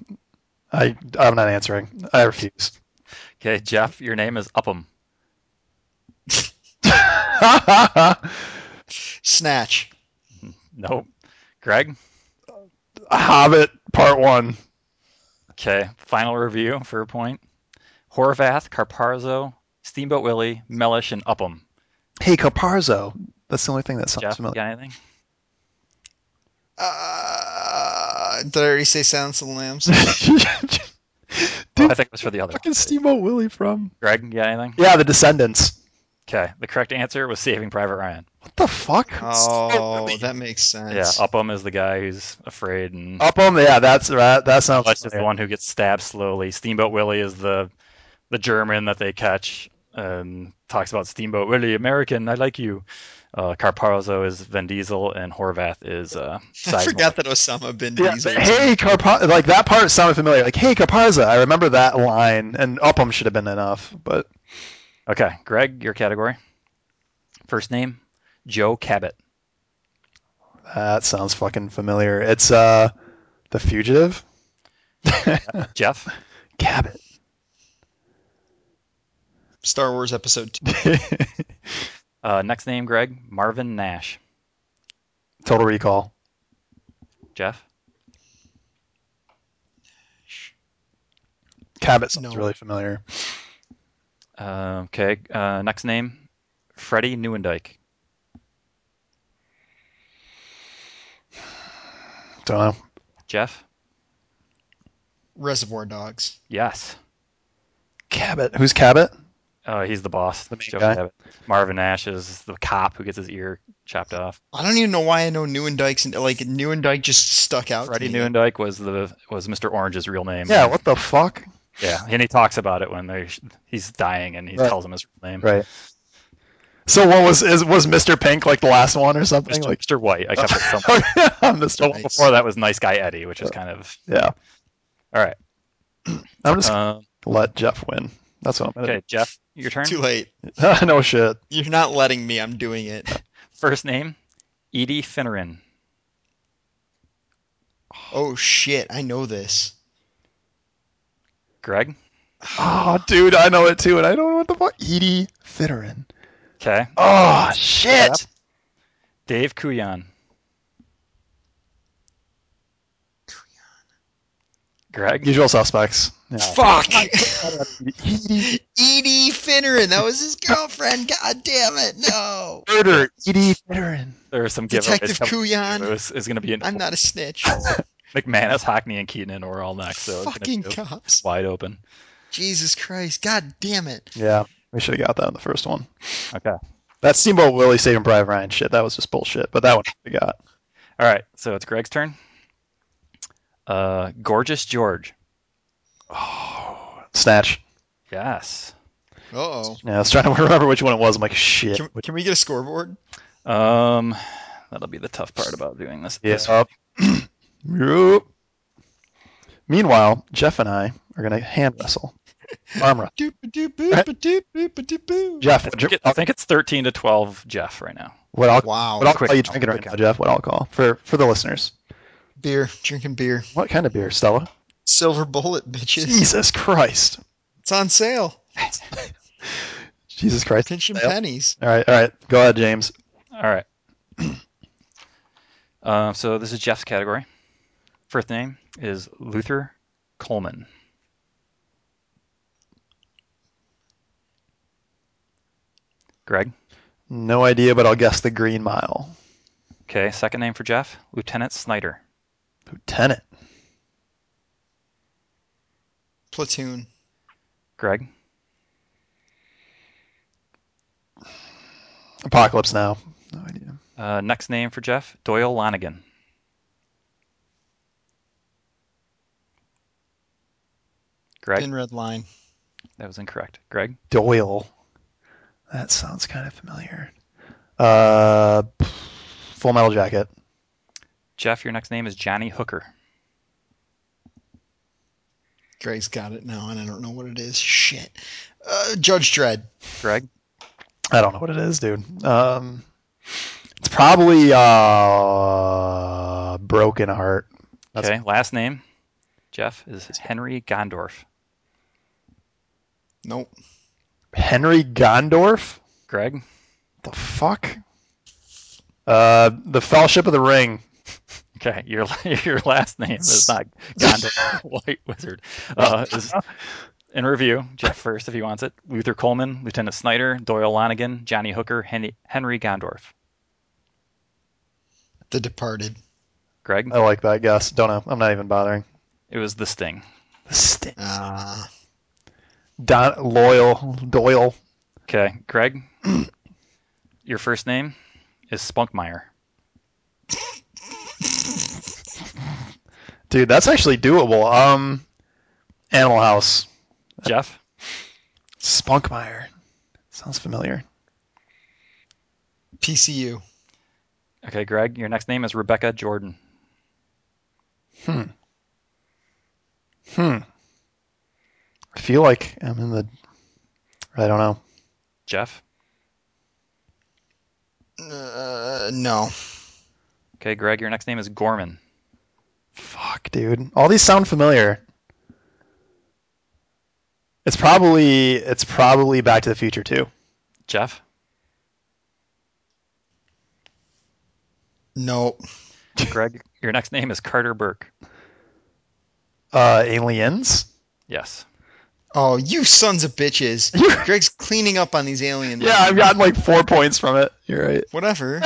[SPEAKER 1] I I'm not answering. I refuse.
[SPEAKER 2] Okay, Jeff. Your name is Upham.
[SPEAKER 3] Snatch.
[SPEAKER 2] Nope. Greg.
[SPEAKER 1] Hobbit Part One.
[SPEAKER 2] Okay. Final review for a point. Horvath, Carparzo, Steamboat Willie, Mellish, and Upham.
[SPEAKER 1] Hey, Caparzo. That's the only thing that sounds
[SPEAKER 2] Jeff, you
[SPEAKER 1] familiar.
[SPEAKER 2] got anything?
[SPEAKER 3] Uh, did I already say Silence of the Lambs?
[SPEAKER 2] Well,
[SPEAKER 1] Dude,
[SPEAKER 2] I think it was for the other.
[SPEAKER 1] fucking Steamboat Willie from?
[SPEAKER 2] Greg, you got anything?
[SPEAKER 1] Yeah, The Descendants.
[SPEAKER 2] Okay. The correct answer was Saving Private Ryan.
[SPEAKER 1] What the fuck?
[SPEAKER 3] Oh,
[SPEAKER 1] Steamboat
[SPEAKER 3] that makes
[SPEAKER 2] Yeah,
[SPEAKER 3] sense.
[SPEAKER 2] Upham is the guy who's afraid, and
[SPEAKER 3] Oh,
[SPEAKER 1] Willie. Upham. Yeah, that's that. That sounds.
[SPEAKER 2] Mellish is the
[SPEAKER 1] familiar.
[SPEAKER 2] one who gets stabbed slowly. Steamboat Willie is the the German that they catch. Um, talks about Steamboat Willie, American, I like you. Uh, Carparzo is Vin Diesel, and Horvath is uh,
[SPEAKER 3] I
[SPEAKER 2] Sizemore.
[SPEAKER 3] forgot that Osama bin
[SPEAKER 1] Yeah,
[SPEAKER 3] Diesel.
[SPEAKER 1] but hey Carpa, like that part sounded familiar. Like hey Carparza, I remember that line, and Upham should have been enough, but
[SPEAKER 2] Okay, Greg, your category. First name, Joe Cabot.
[SPEAKER 1] that sounds fucking familiar. It's uh, the fugitive,
[SPEAKER 2] Jeff,
[SPEAKER 1] Cabot.
[SPEAKER 3] Star Wars Episode Two.
[SPEAKER 2] uh, next name, Greg, Marvin Nash.
[SPEAKER 1] Total Recall.
[SPEAKER 2] Jeff,
[SPEAKER 1] Cabot sounds
[SPEAKER 3] No.
[SPEAKER 1] really familiar.
[SPEAKER 2] uh, okay, uh, next name, Freddie Newendike.
[SPEAKER 1] Don't know.
[SPEAKER 2] Jeff,
[SPEAKER 3] Reservoir Dogs.
[SPEAKER 2] yes.
[SPEAKER 1] Cabot. Who's Cabot?
[SPEAKER 2] Uh, he's the boss. The
[SPEAKER 1] main guy.
[SPEAKER 2] Marvin Nash is the cop who gets his ear chopped off.
[SPEAKER 3] I don't even know why I know Newendike's and like Newendike just stuck out.
[SPEAKER 2] Freddie
[SPEAKER 3] to me.
[SPEAKER 2] Newendike was the was Mr. Orange's real name.
[SPEAKER 1] Yeah. What the fuck?
[SPEAKER 2] yeah, and he talks about it when they he's dying and he
[SPEAKER 1] Right.
[SPEAKER 2] tells him his real name.
[SPEAKER 1] Right. So what was is was Mr. Pink like the last one or something?
[SPEAKER 2] Mr.
[SPEAKER 1] Like oh,
[SPEAKER 2] Mr. White. I kept it simple. The
[SPEAKER 1] Mr.
[SPEAKER 2] one
[SPEAKER 3] Nice.
[SPEAKER 2] before that was Nice Guy Eddie, which is kind of
[SPEAKER 1] Yeah.
[SPEAKER 2] all right.
[SPEAKER 1] I'm just
[SPEAKER 2] Um,
[SPEAKER 1] gonna let Jeff win. That's what I'm gonna
[SPEAKER 2] okay, Jeff, your turn.
[SPEAKER 3] Too late.
[SPEAKER 1] do. no shit.
[SPEAKER 3] You're not letting me. I'm doing it.
[SPEAKER 2] First name, Edie Finneran.
[SPEAKER 3] Oh shit! I know this.
[SPEAKER 2] Greg.
[SPEAKER 1] Oh, dude, I know it too, and I don't know what the fuck. Edie Fitterin.
[SPEAKER 2] Okay.
[SPEAKER 1] Oh shit.
[SPEAKER 2] Dave Kuyan. Greg.
[SPEAKER 1] Usual suspects. Yeah.
[SPEAKER 3] Fuck!
[SPEAKER 1] Edie
[SPEAKER 3] Edie Finneran. That was his girlfriend. God damn it! No.
[SPEAKER 1] Murder. Edie Fitterin.
[SPEAKER 2] There are some giveaways.
[SPEAKER 3] Detective
[SPEAKER 2] coming. It
[SPEAKER 3] Kuyan.
[SPEAKER 2] was- It's going to be an
[SPEAKER 3] I'm not a snitch.
[SPEAKER 2] McManus, Hockney, and Keaton are all next. So it's gonna
[SPEAKER 3] Fucking
[SPEAKER 2] be
[SPEAKER 3] cops.
[SPEAKER 2] wide open.
[SPEAKER 3] Jesus Christ. God damn it.
[SPEAKER 1] Yeah, we should have got that in the first one.
[SPEAKER 2] Okay. All
[SPEAKER 1] That Steamboat Willie saving Private Ryan shit. That was just bullshit. But that one we got.
[SPEAKER 2] right. So it's Greg's turn. Uh, gorgeous George.
[SPEAKER 1] Snatch.
[SPEAKER 2] Yes.
[SPEAKER 3] Uh-oh.
[SPEAKER 1] Yeah, I was trying to remember which one it was. I'm like, shit.
[SPEAKER 3] Can, can we get a scoreboard?
[SPEAKER 2] Um, that'll be the tough part about doing this. this
[SPEAKER 1] Yep. Yep. Meanwhile, Jeff and I are gonna hand wrestle, arm wrestle.
[SPEAKER 3] Doop a doop boop a doop boop a doop boo.
[SPEAKER 1] Jeff,
[SPEAKER 2] I think, it- I think it's 13 to 12, Jeff, right now.
[SPEAKER 1] what I'll
[SPEAKER 3] Wow.
[SPEAKER 1] what I'll
[SPEAKER 2] quick
[SPEAKER 1] call you
[SPEAKER 2] now,
[SPEAKER 1] drinking right
[SPEAKER 2] quick
[SPEAKER 1] now, Jeff? What I'll call for for the listeners?
[SPEAKER 3] Beer. Drinking beer.
[SPEAKER 1] What kind of beer, Stella?
[SPEAKER 3] Silver bullet, bitches.
[SPEAKER 1] Jesus Christ!
[SPEAKER 3] It's on sale.
[SPEAKER 1] Jesus Christ!
[SPEAKER 3] Pinch and
[SPEAKER 1] Yep.
[SPEAKER 3] pennies.
[SPEAKER 1] All right, all right. Go ahead, James.
[SPEAKER 2] All right. Uh, so this is Jeff's category. First name is Luther Coleman. Greg.
[SPEAKER 1] No idea, but I'll guess the Green Mile.
[SPEAKER 2] Okay, second name for Jeff, Lieutenant Snyder.
[SPEAKER 1] Lieutenant.
[SPEAKER 3] Platoon.
[SPEAKER 2] Greg.
[SPEAKER 1] Apocalypse Now. No idea.
[SPEAKER 2] Uh, next name for Jeff, Doyle Lonigan. Greg.
[SPEAKER 4] In red line.
[SPEAKER 2] That was incorrect. Greg.
[SPEAKER 1] Doyle. That sounds kind of familiar. Uh, Full Metal Jacket.
[SPEAKER 2] Jeff, your next name is Johnny Hooker.
[SPEAKER 4] Greg's got it now, and I don't know what it is. Shit. Uh, Judge Dredd.
[SPEAKER 2] Greg.
[SPEAKER 1] I don't know what it is, dude. Um, it's probably uh, Broken Heart. That's-
[SPEAKER 2] okay, last name, Jeff, is Henry Gondorf.
[SPEAKER 4] Nope.
[SPEAKER 1] Henry Gondorf.
[SPEAKER 2] Greg.
[SPEAKER 1] The fuck? Uh, the Fellowship of the Ring.
[SPEAKER 2] Okay, your your last name is not Gondor White Wizard. Uh, is- in review, Jeff first if he wants it. Luther Coleman, Lieutenant Snyder, Doyle Lonigan, Johnny Hooker, Henry, Henry Gondorf.
[SPEAKER 4] The Departed.
[SPEAKER 2] Greg,
[SPEAKER 1] I like that guess. Don't know. I'm not even bothering.
[SPEAKER 2] it was the Sting.
[SPEAKER 1] St-
[SPEAKER 4] Ah.
[SPEAKER 1] Don Loyal Doyle.
[SPEAKER 2] Okay, Greg, your first name is Spunkmeyer.
[SPEAKER 1] Dude, that's actually doable. Um, Animal House.
[SPEAKER 2] Jeff,
[SPEAKER 1] Spunkmeyer. Sounds familiar.
[SPEAKER 4] PCU.
[SPEAKER 2] okay, Greg, your next name is Rebecca Jordan.
[SPEAKER 1] Hmm. I feel like I'm in the. I don't know.
[SPEAKER 2] Jeff,
[SPEAKER 4] Uh, no.
[SPEAKER 2] okay, Greg, your next name is Gorman.
[SPEAKER 1] Fuck, dude. All these sound familiar. It's probably it's probably Back to the Future too.
[SPEAKER 2] Jeff,
[SPEAKER 4] Nope.
[SPEAKER 2] Greg, your next name is Carter Burke.
[SPEAKER 1] Uh, aliens.
[SPEAKER 2] Yes.
[SPEAKER 4] Oh, you sons of bitches. Greg's cleaning up on these alien.
[SPEAKER 1] Yeah, I've gotten like four points from it. You're right.
[SPEAKER 4] Whatever.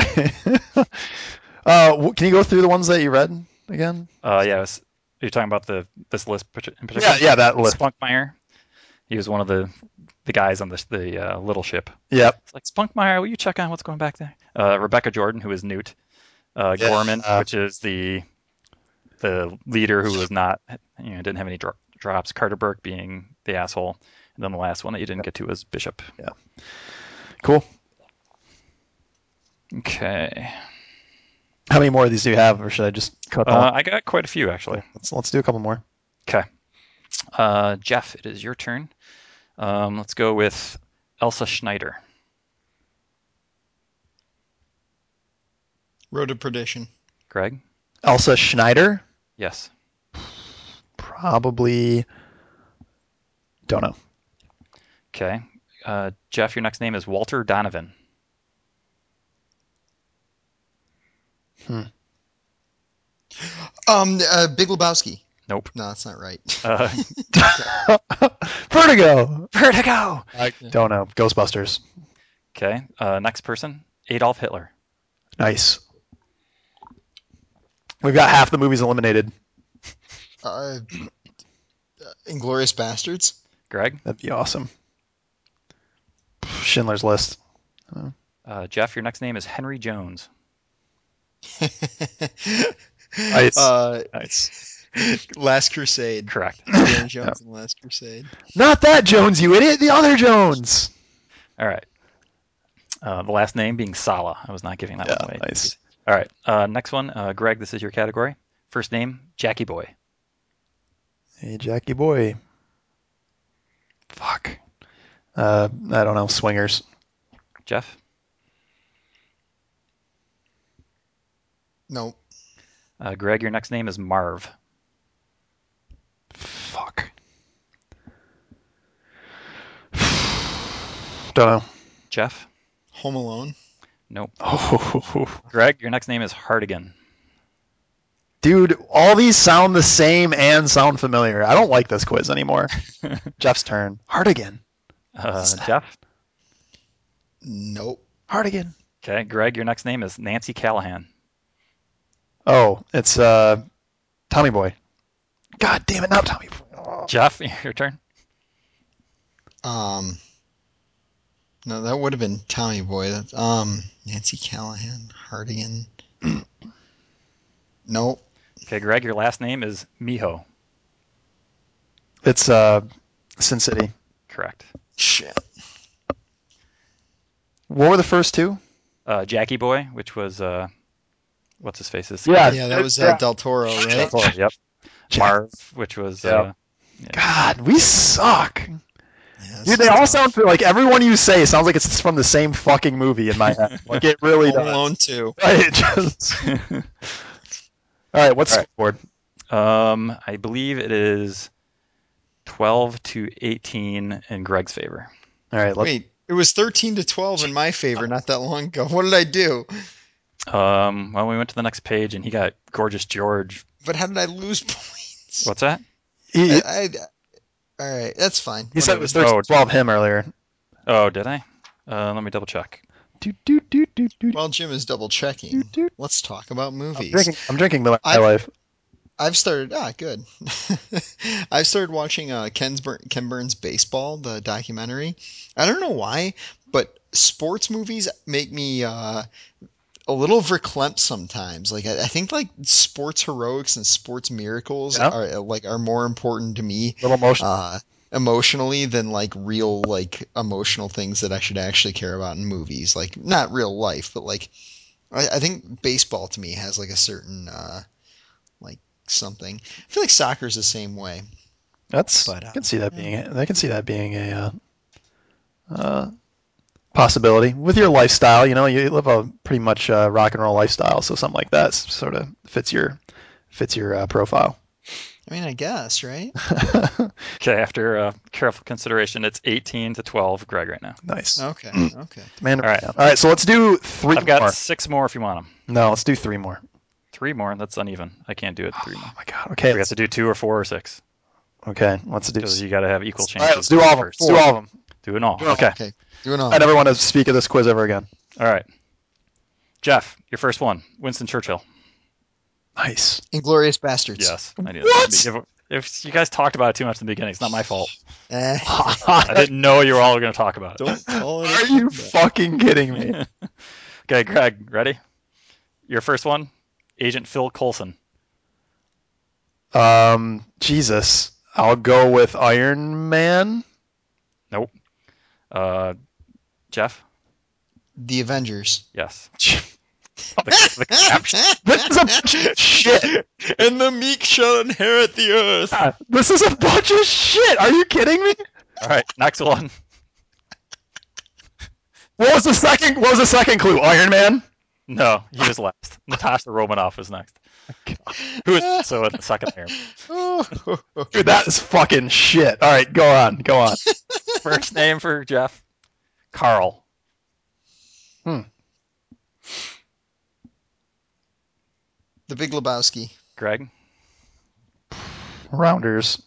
[SPEAKER 1] Uh, wh- can you go through the ones that you read again?
[SPEAKER 2] Uh, yeah, it was- you're talking about the this list parti- in
[SPEAKER 1] Yeah,
[SPEAKER 2] particular.
[SPEAKER 1] yeah, that list.
[SPEAKER 2] Spunkmeyer. He was one of the the guys on the the uh, little ship.
[SPEAKER 1] Yep.
[SPEAKER 2] It's like Spunkmeyer, will you check on what's going back there? Uh, Rebecca Jordan, who is Newt. Uh,
[SPEAKER 1] Yeah,
[SPEAKER 2] Gorman,
[SPEAKER 1] uh,
[SPEAKER 2] which is the the leader who was not you know didn't have any dro- drops. Carter Burke being the asshole, and then the last one that you didn't get to was Bishop.
[SPEAKER 1] Cool.
[SPEAKER 2] Okay,
[SPEAKER 1] How many more of these do you have, or should I just cut them?
[SPEAKER 2] uh,
[SPEAKER 1] off?
[SPEAKER 2] I got quite a few actually.
[SPEAKER 1] let's let's do a couple more.
[SPEAKER 2] Uh, Jeff, it is your turn. Um, let's go with Elsa Schneider.
[SPEAKER 4] Road to Perdition.
[SPEAKER 2] Greg,
[SPEAKER 1] Elsa Schneider.
[SPEAKER 2] yes.
[SPEAKER 1] Probably. Don't know.
[SPEAKER 2] Okay. Uh, Jeff, your next name is Walter Donovan.
[SPEAKER 4] Um, uh, Big Lebowski.
[SPEAKER 2] Nope.
[SPEAKER 4] No, that's not right.
[SPEAKER 2] Uh,
[SPEAKER 1] Vertigo.
[SPEAKER 2] Vertigo.
[SPEAKER 1] Don't know. Ghostbusters.
[SPEAKER 2] Okay. Uh, next person, Adolf Hitler.
[SPEAKER 1] Nice. We've got half the movies eliminated.
[SPEAKER 4] Uh, Inglorious Bastards.
[SPEAKER 2] Greg,
[SPEAKER 1] That'd be awesome. Schindler's List.
[SPEAKER 2] uh, Jeff, your next name is Henry Jones.
[SPEAKER 1] Nice.
[SPEAKER 4] Uh,
[SPEAKER 1] nice.
[SPEAKER 4] Last Crusade.
[SPEAKER 2] Correct.
[SPEAKER 4] Indiana Jones and Last Crusade.
[SPEAKER 1] Not that Jones, you idiot. The other Jones.
[SPEAKER 2] All right. Uh, the last name being Sala. I was not giving that
[SPEAKER 1] Yeah,
[SPEAKER 2] one away.
[SPEAKER 1] nice.
[SPEAKER 2] All right. Uh, next one, uh, Greg. This is your category. First name, Jackie Boy.
[SPEAKER 1] Hey, Jackie boy. Fuck. Uh, I don't know. Swingers.
[SPEAKER 2] Jeff,
[SPEAKER 4] Nope.
[SPEAKER 2] uh, Greg, your next name is Marv.
[SPEAKER 1] Fuck. don't know.
[SPEAKER 2] Jeff,
[SPEAKER 4] Home Alone.
[SPEAKER 1] Oh,
[SPEAKER 2] Greg, your next name is Hardigan.
[SPEAKER 1] dude, all these sound the same and sound familiar. I don't like this quiz anymore. Jeff's turn. Hardigan.
[SPEAKER 2] Uh, Jeff,
[SPEAKER 3] Nope.
[SPEAKER 1] Hardigan.
[SPEAKER 2] Okay, Greg, your next name is Nancy Callahan.
[SPEAKER 1] Oh, it's uh, Tommy Boy. God damn it, not Tommy Boy. Oh.
[SPEAKER 2] Jeff, your turn.
[SPEAKER 3] Um. No, that would have been Tommy Boy. That's um Nancy Callahan, Hardigan. nope.
[SPEAKER 2] Okay, Greg, your last name is Miho.
[SPEAKER 1] It's uh, Sin City.
[SPEAKER 2] Correct.
[SPEAKER 3] Shit.
[SPEAKER 1] What were the first two?
[SPEAKER 2] Uh, Jackie Boy, which was uh, what's his face's
[SPEAKER 1] Yeah.
[SPEAKER 3] Yeah, that was uh, Del Toro, right?
[SPEAKER 2] Oh, yep.
[SPEAKER 1] Jack-
[SPEAKER 2] Marv, which was uh,
[SPEAKER 1] God, we suck.
[SPEAKER 3] Yeah,
[SPEAKER 1] Dude, they all sound like everyone you say sounds like it's from the same fucking movie in my head. Like it really
[SPEAKER 3] Home
[SPEAKER 1] does.
[SPEAKER 3] Alone too.
[SPEAKER 1] Right, it just- All right, what's
[SPEAKER 2] All right.
[SPEAKER 1] scoreboard?
[SPEAKER 2] um, I believe it is twelve to eighteen in Greg's favor.
[SPEAKER 1] All right, let's,
[SPEAKER 3] Wait, it was thirteen to twelve in my favor not that long ago. What did I do?
[SPEAKER 2] Um, well, we went to the next page and he got gorgeous George.
[SPEAKER 3] But how did I lose points?
[SPEAKER 2] What's that?
[SPEAKER 1] he,
[SPEAKER 3] I, I, all right, that's fine.
[SPEAKER 1] he said it was 13,
[SPEAKER 2] Oh.
[SPEAKER 1] 12 him earlier.
[SPEAKER 2] Oh, did I? Uh, let me double check.
[SPEAKER 1] Do, do, do, do, do,
[SPEAKER 3] While Jim is double checking,
[SPEAKER 1] do.
[SPEAKER 3] let's talk about
[SPEAKER 1] I'm
[SPEAKER 3] movies.
[SPEAKER 1] drinking, I'm drinking the my
[SPEAKER 3] I-
[SPEAKER 1] life.
[SPEAKER 3] I've started ah good. I've started watching uh, Ken's Bur- Ken Burns baseball, the documentary. I don't know why, but sports movies make me uh, a little verklempt sometimes. Like I, I think like sports heroics and sports miracles
[SPEAKER 1] Yeah.
[SPEAKER 3] are like are more important to me
[SPEAKER 1] Little motion.
[SPEAKER 3] uh, emotionally than like real like emotional things that I should actually care about in movies. Like not real life, but like I, I think baseball to me has like a certain uh, like something. I feel like soccer's the same way.
[SPEAKER 1] That's
[SPEAKER 3] but, uh,
[SPEAKER 1] I can see that being I can see that being a uh, uh, possibility with your lifestyle. You know, you live a pretty much uh, rock and roll lifestyle, so something like that sort of fits your fits your uh, profile.
[SPEAKER 3] I mean, I guess right.
[SPEAKER 2] Okay, after uh, careful consideration, it's eighteen to twelve, Greg, right now.
[SPEAKER 1] Nice,
[SPEAKER 3] Okay, okay.
[SPEAKER 1] man.
[SPEAKER 2] Oh, All right.
[SPEAKER 1] All right, so let's do 3
[SPEAKER 2] I've got
[SPEAKER 1] more.
[SPEAKER 2] six more if you want them.
[SPEAKER 1] No, let's do three more.
[SPEAKER 2] Three more. That's uneven. I can't do it. Three more.
[SPEAKER 1] Oh my god. Okay.
[SPEAKER 2] We have to do two or four or six.
[SPEAKER 1] Okay. Let's do.
[SPEAKER 2] Because you got to have equal
[SPEAKER 1] All
[SPEAKER 2] chances.
[SPEAKER 1] right. Let's do all of them.
[SPEAKER 2] first.
[SPEAKER 1] Let's do all of them.
[SPEAKER 2] Do it all.
[SPEAKER 1] Do it all.
[SPEAKER 2] Okay.
[SPEAKER 3] Okay, doing
[SPEAKER 1] I
[SPEAKER 3] all.
[SPEAKER 1] never want to speak of this quiz ever again.
[SPEAKER 2] All right. Jeff, your first one. Winston Churchill.
[SPEAKER 1] Nice.
[SPEAKER 3] Inglorious bastards.
[SPEAKER 2] Yes, I knew
[SPEAKER 1] What?
[SPEAKER 2] If, if you guys talked about it too much in the beginning, it's not my fault.
[SPEAKER 3] Eh,
[SPEAKER 2] I didn't know you were all going to talk about it.
[SPEAKER 3] don't call it.
[SPEAKER 1] Are you fucking kidding me?
[SPEAKER 2] Okay, Greg, ready? Your first one, Agent Phil Coulson.
[SPEAKER 1] Um, Jesus. I'll go with Iron Man.
[SPEAKER 2] Uh, Jeff,
[SPEAKER 3] the Avengers.
[SPEAKER 2] yes. The, the caption.
[SPEAKER 1] This is a bunch of shit.
[SPEAKER 3] and the meek shall inherit the earth.
[SPEAKER 1] This is a bunch of shit. Are you kidding me?
[SPEAKER 2] All right, next one.
[SPEAKER 1] What was the second? What was the second clue? Iron Man.
[SPEAKER 2] No, he was last. Natasha Romanoff was next. Who is also in the second Iron Man.
[SPEAKER 1] Dude, that is fucking shit. All right, go on, go on.
[SPEAKER 2] First name for Jeff, Carl.
[SPEAKER 3] the Big Lebowski.
[SPEAKER 2] Greg,
[SPEAKER 1] Rounders.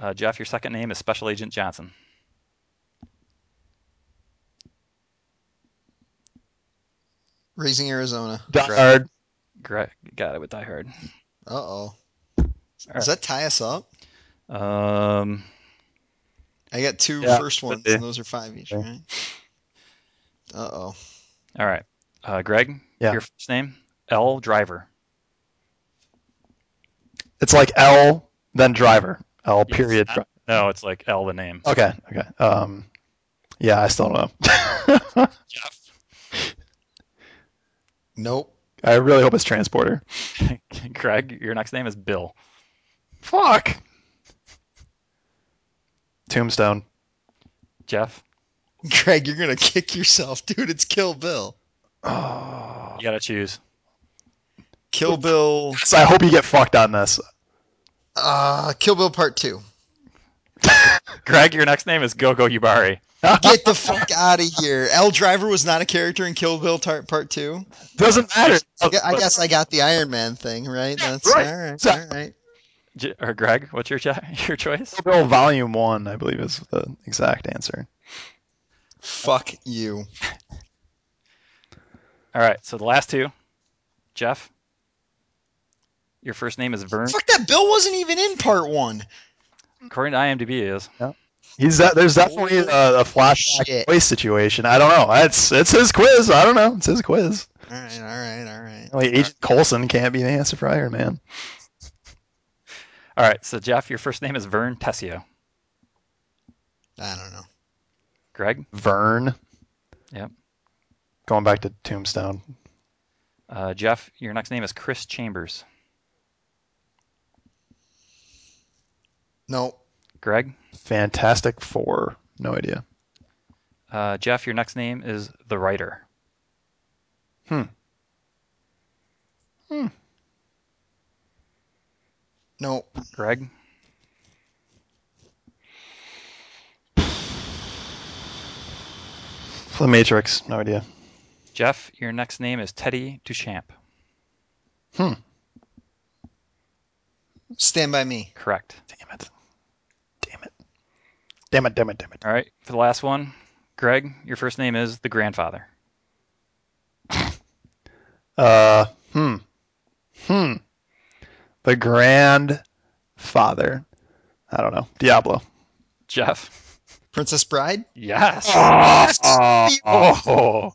[SPEAKER 2] uh, Jeff, your second name is Special Agent Johnson.
[SPEAKER 3] Raising Arizona.
[SPEAKER 1] Die Hard.
[SPEAKER 2] Greg, God, I would die hard.
[SPEAKER 3] Uh oh.
[SPEAKER 2] Alright.
[SPEAKER 3] Does that tie us up?
[SPEAKER 2] Um,
[SPEAKER 3] I got two first
[SPEAKER 1] Yeah,
[SPEAKER 3] ones,
[SPEAKER 1] do.
[SPEAKER 3] and those are five each, right? Uh oh.
[SPEAKER 2] all right. Uh, Greg,
[SPEAKER 1] Yeah.
[SPEAKER 2] your first name, L Driver.
[SPEAKER 1] It's like L then driver. L period.
[SPEAKER 2] Yes. No, it's like L the name.
[SPEAKER 3] Oh.
[SPEAKER 1] Okay. Okay. Um, yeah, I still don't know.
[SPEAKER 2] Jeff.
[SPEAKER 3] Nope.
[SPEAKER 1] I really hope it's transporter.
[SPEAKER 2] Greg, your next name is Bill.
[SPEAKER 1] Fuck. Tombstone.
[SPEAKER 2] Jeff,
[SPEAKER 3] Greg, you're gonna kick yourself, dude. It's Kill Bill.
[SPEAKER 1] Oh.
[SPEAKER 2] you gotta choose.
[SPEAKER 3] Kill Bill.
[SPEAKER 1] So I hope you get fucked on this.
[SPEAKER 3] Uh, Kill Bill Part Two.
[SPEAKER 2] Greg, your next name is Gogo Yubari.
[SPEAKER 3] Get the fuck out of here. L Driver was not a character in Kill Bill tar- Part Two.
[SPEAKER 1] Doesn't matter.
[SPEAKER 3] I, gu- I guess I got the Iron Man thing right. That's
[SPEAKER 1] right.
[SPEAKER 3] all right.
[SPEAKER 1] So-
[SPEAKER 3] All right.
[SPEAKER 2] J- or Greg, what's your cho- your choice?
[SPEAKER 1] Kill Bill Volume One, I believe, is the exact answer.
[SPEAKER 3] Fuck you.
[SPEAKER 2] All right, so the last two, Jeff. Your first name is Vern.
[SPEAKER 3] Fuck that Bill wasn't even in part one.
[SPEAKER 2] According to IMDb, he is.
[SPEAKER 1] He's that. There's definitely a, a flashback
[SPEAKER 3] Shit.
[SPEAKER 1] quiz situation. I don't know. It's it's his quiz. I don't know. It's his quiz. Oh,
[SPEAKER 3] All right, all right, all right.
[SPEAKER 1] Like Agent Coulson can't be the answer for Iron Man.
[SPEAKER 2] All right, so Jeff, your first name is Vern Tessio.
[SPEAKER 3] I don't know.
[SPEAKER 2] Greg,
[SPEAKER 1] Vern.
[SPEAKER 2] Yep.
[SPEAKER 1] Going back to Tombstone.
[SPEAKER 2] uh, Jeff, your next name is Chris Chambers.
[SPEAKER 3] No,
[SPEAKER 2] Greg,
[SPEAKER 1] Fantastic Four. No idea.
[SPEAKER 2] uh, Jeff, your next name is The Writer.
[SPEAKER 3] no.
[SPEAKER 2] Greg,
[SPEAKER 1] The Matrix. No idea.
[SPEAKER 2] Jeff, your next name is Teddy Duchamp.
[SPEAKER 3] Stand by me.
[SPEAKER 2] Correct.
[SPEAKER 1] Damn it. Damn it. Damn it. Damn it. Damn it.
[SPEAKER 2] All right, for the last one, Greg, your first name is The Grandfather.
[SPEAKER 1] Uh. Hmm. Hmm. The grandfather. I don't know. Diablo.
[SPEAKER 2] Jeff,
[SPEAKER 3] Princess Bride?
[SPEAKER 2] yes.
[SPEAKER 1] Oh.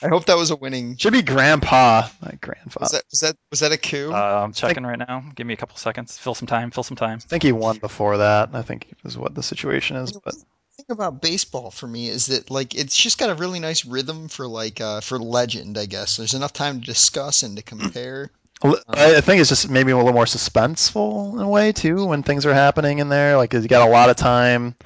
[SPEAKER 3] I hope that was a winning.
[SPEAKER 1] Should be grandpa, not
[SPEAKER 3] Was
[SPEAKER 1] grandfather.
[SPEAKER 3] that was that was that a coup?
[SPEAKER 2] Uh, I'm checking right now. Give me a couple seconds. Fill some time. Fill some time.
[SPEAKER 1] I think he won before that. I think is what the situation is. But
[SPEAKER 3] thing about baseball for me is that like it's just got a really nice rhythm for like uh, for legend, I guess. There's enough time to discuss and to compare.
[SPEAKER 1] I I think it's just maybe a little more suspenseful in a way too when things are happening in there. Like you got a lot of time.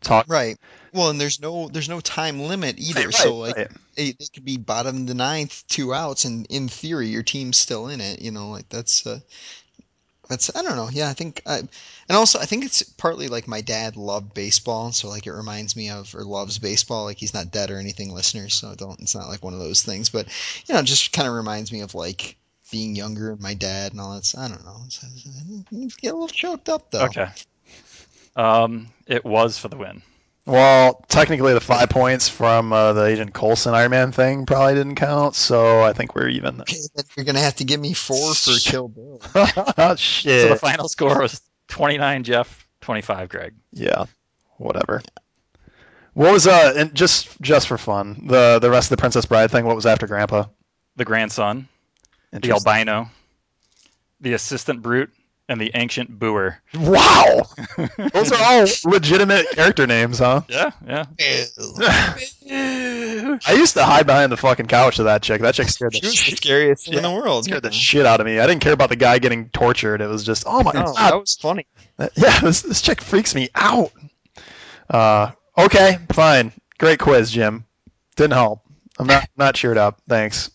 [SPEAKER 1] Talk.
[SPEAKER 3] Right. Well, and there's no there's no time limit either, so like
[SPEAKER 1] right.
[SPEAKER 3] it, it could be bottom of the ninth, two outs, and in theory your team's still in it. You know, like that's uh, that's I don't know. Yeah, I think, I, and also I think it's partly like my dad loved baseball, so like it reminds me of or loves baseball. Like he's not dead or anything, listeners, so don't. It's not like one of those things, but you know, it just kind of reminds me of like being younger and my dad and all that. So I don't know. It's, it's- get a little choked up though.
[SPEAKER 2] Okay. Um, it was for the win.
[SPEAKER 1] Well, technically the five points from uh, the Agent Coulson Iron Man thing probably didn't count, so I think we're even. then.
[SPEAKER 3] Okay, then you're gonna have to give me four for Kill Bill.
[SPEAKER 2] So the
[SPEAKER 1] Ah, Shit.
[SPEAKER 2] final score was 29 Jeff, 25 Greg.
[SPEAKER 1] Yeah. Whatever. What was uh and just just for fun the the rest of the Princess Bride thing? What was after Grandpa?
[SPEAKER 2] The grandson, the
[SPEAKER 1] Interesting.
[SPEAKER 2] albino, the assistant brute, and the ancient booer.
[SPEAKER 1] Wow, those are all legitimate character names, huh?
[SPEAKER 2] Yeah, yeah.
[SPEAKER 1] I used to hide behind the fucking couch to that chick. That chick scared the,
[SPEAKER 3] She was the
[SPEAKER 1] shit,
[SPEAKER 3] scariest thing in
[SPEAKER 1] yeah,
[SPEAKER 3] the world.
[SPEAKER 1] scared the shit out of me. I didn't care about the guy getting tortured. It was just, oh my
[SPEAKER 3] Oh,
[SPEAKER 1] god,
[SPEAKER 3] that was funny.
[SPEAKER 1] yeah, this, this chick freaks me out. Uh, okay, fine, great quiz, Jim. Didn't help. I'm not not cheered up. Thanks.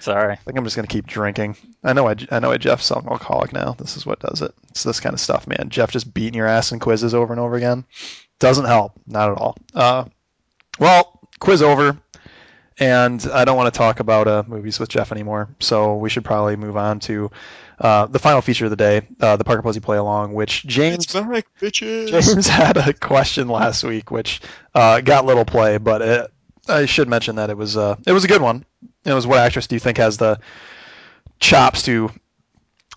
[SPEAKER 2] Sorry.
[SPEAKER 1] I think I'm just gonna keep drinking. I know I, I know I Jeff's an alcoholic now. This is what does it. It's this kind of stuff, man. Jeff just beating your ass in quizzes over and over again. Doesn't help, not at all. Uh, well, quiz over, and I don't want to talk about uh, movies with Jeff anymore. So we should probably move on to uh, the final feature of the day, uh, the Parker Posey play along, which James
[SPEAKER 3] back, bitches.
[SPEAKER 1] James had a question last week, which uh, got little play, but it, I should mention that it was uh, it was a good one. It was what actress do you think has the chops to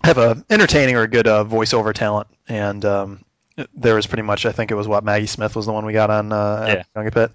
[SPEAKER 1] have a entertaining or a good uh, voiceover talent? And um, there was pretty much I think it was what Maggie Smith was the one we got on uh,
[SPEAKER 2] Yeah.
[SPEAKER 1] Young and Pit,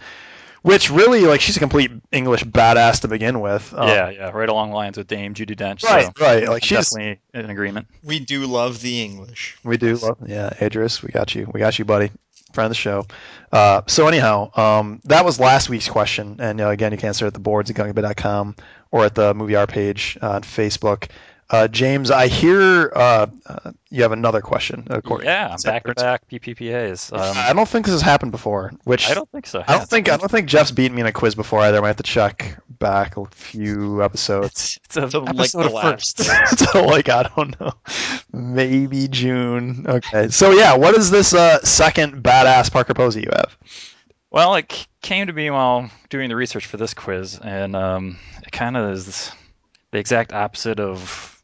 [SPEAKER 1] which really like she's a complete English badass to begin with. Um,
[SPEAKER 2] yeah, yeah. Right along lines with Dame Judy Dench.
[SPEAKER 1] Right,
[SPEAKER 2] so
[SPEAKER 1] right. Like
[SPEAKER 2] I'm
[SPEAKER 1] she's
[SPEAKER 2] definitely in agreement.
[SPEAKER 3] We do love the English.
[SPEAKER 1] We do. Love, yeah, Adris, we got you. We got you, buddy. Friend of the show. Uh, so anyhow, um, that was last week's question, and uh, again, you can answer it at the boards at gungabit.com or at the movie R page on Facebook. Uh, James, I hear uh, uh, you have another question. According
[SPEAKER 2] Yeah, back to back PPPAs. Um,
[SPEAKER 1] I don't think this has happened before. Which
[SPEAKER 2] I don't think so.
[SPEAKER 1] I don't think I don't think Jeff's beaten me in a quiz before either. I might have to check back a few episodes.
[SPEAKER 2] It's, it's a
[SPEAKER 3] To, like,
[SPEAKER 2] episode
[SPEAKER 3] the
[SPEAKER 2] of
[SPEAKER 3] last.
[SPEAKER 2] first.
[SPEAKER 1] so like I don't know, maybe June. Okay, so yeah, what is this uh, second badass Parker Posey you have?
[SPEAKER 2] Well, it c- came to me while doing the research for this quiz, and um, it kind of is the exact opposite of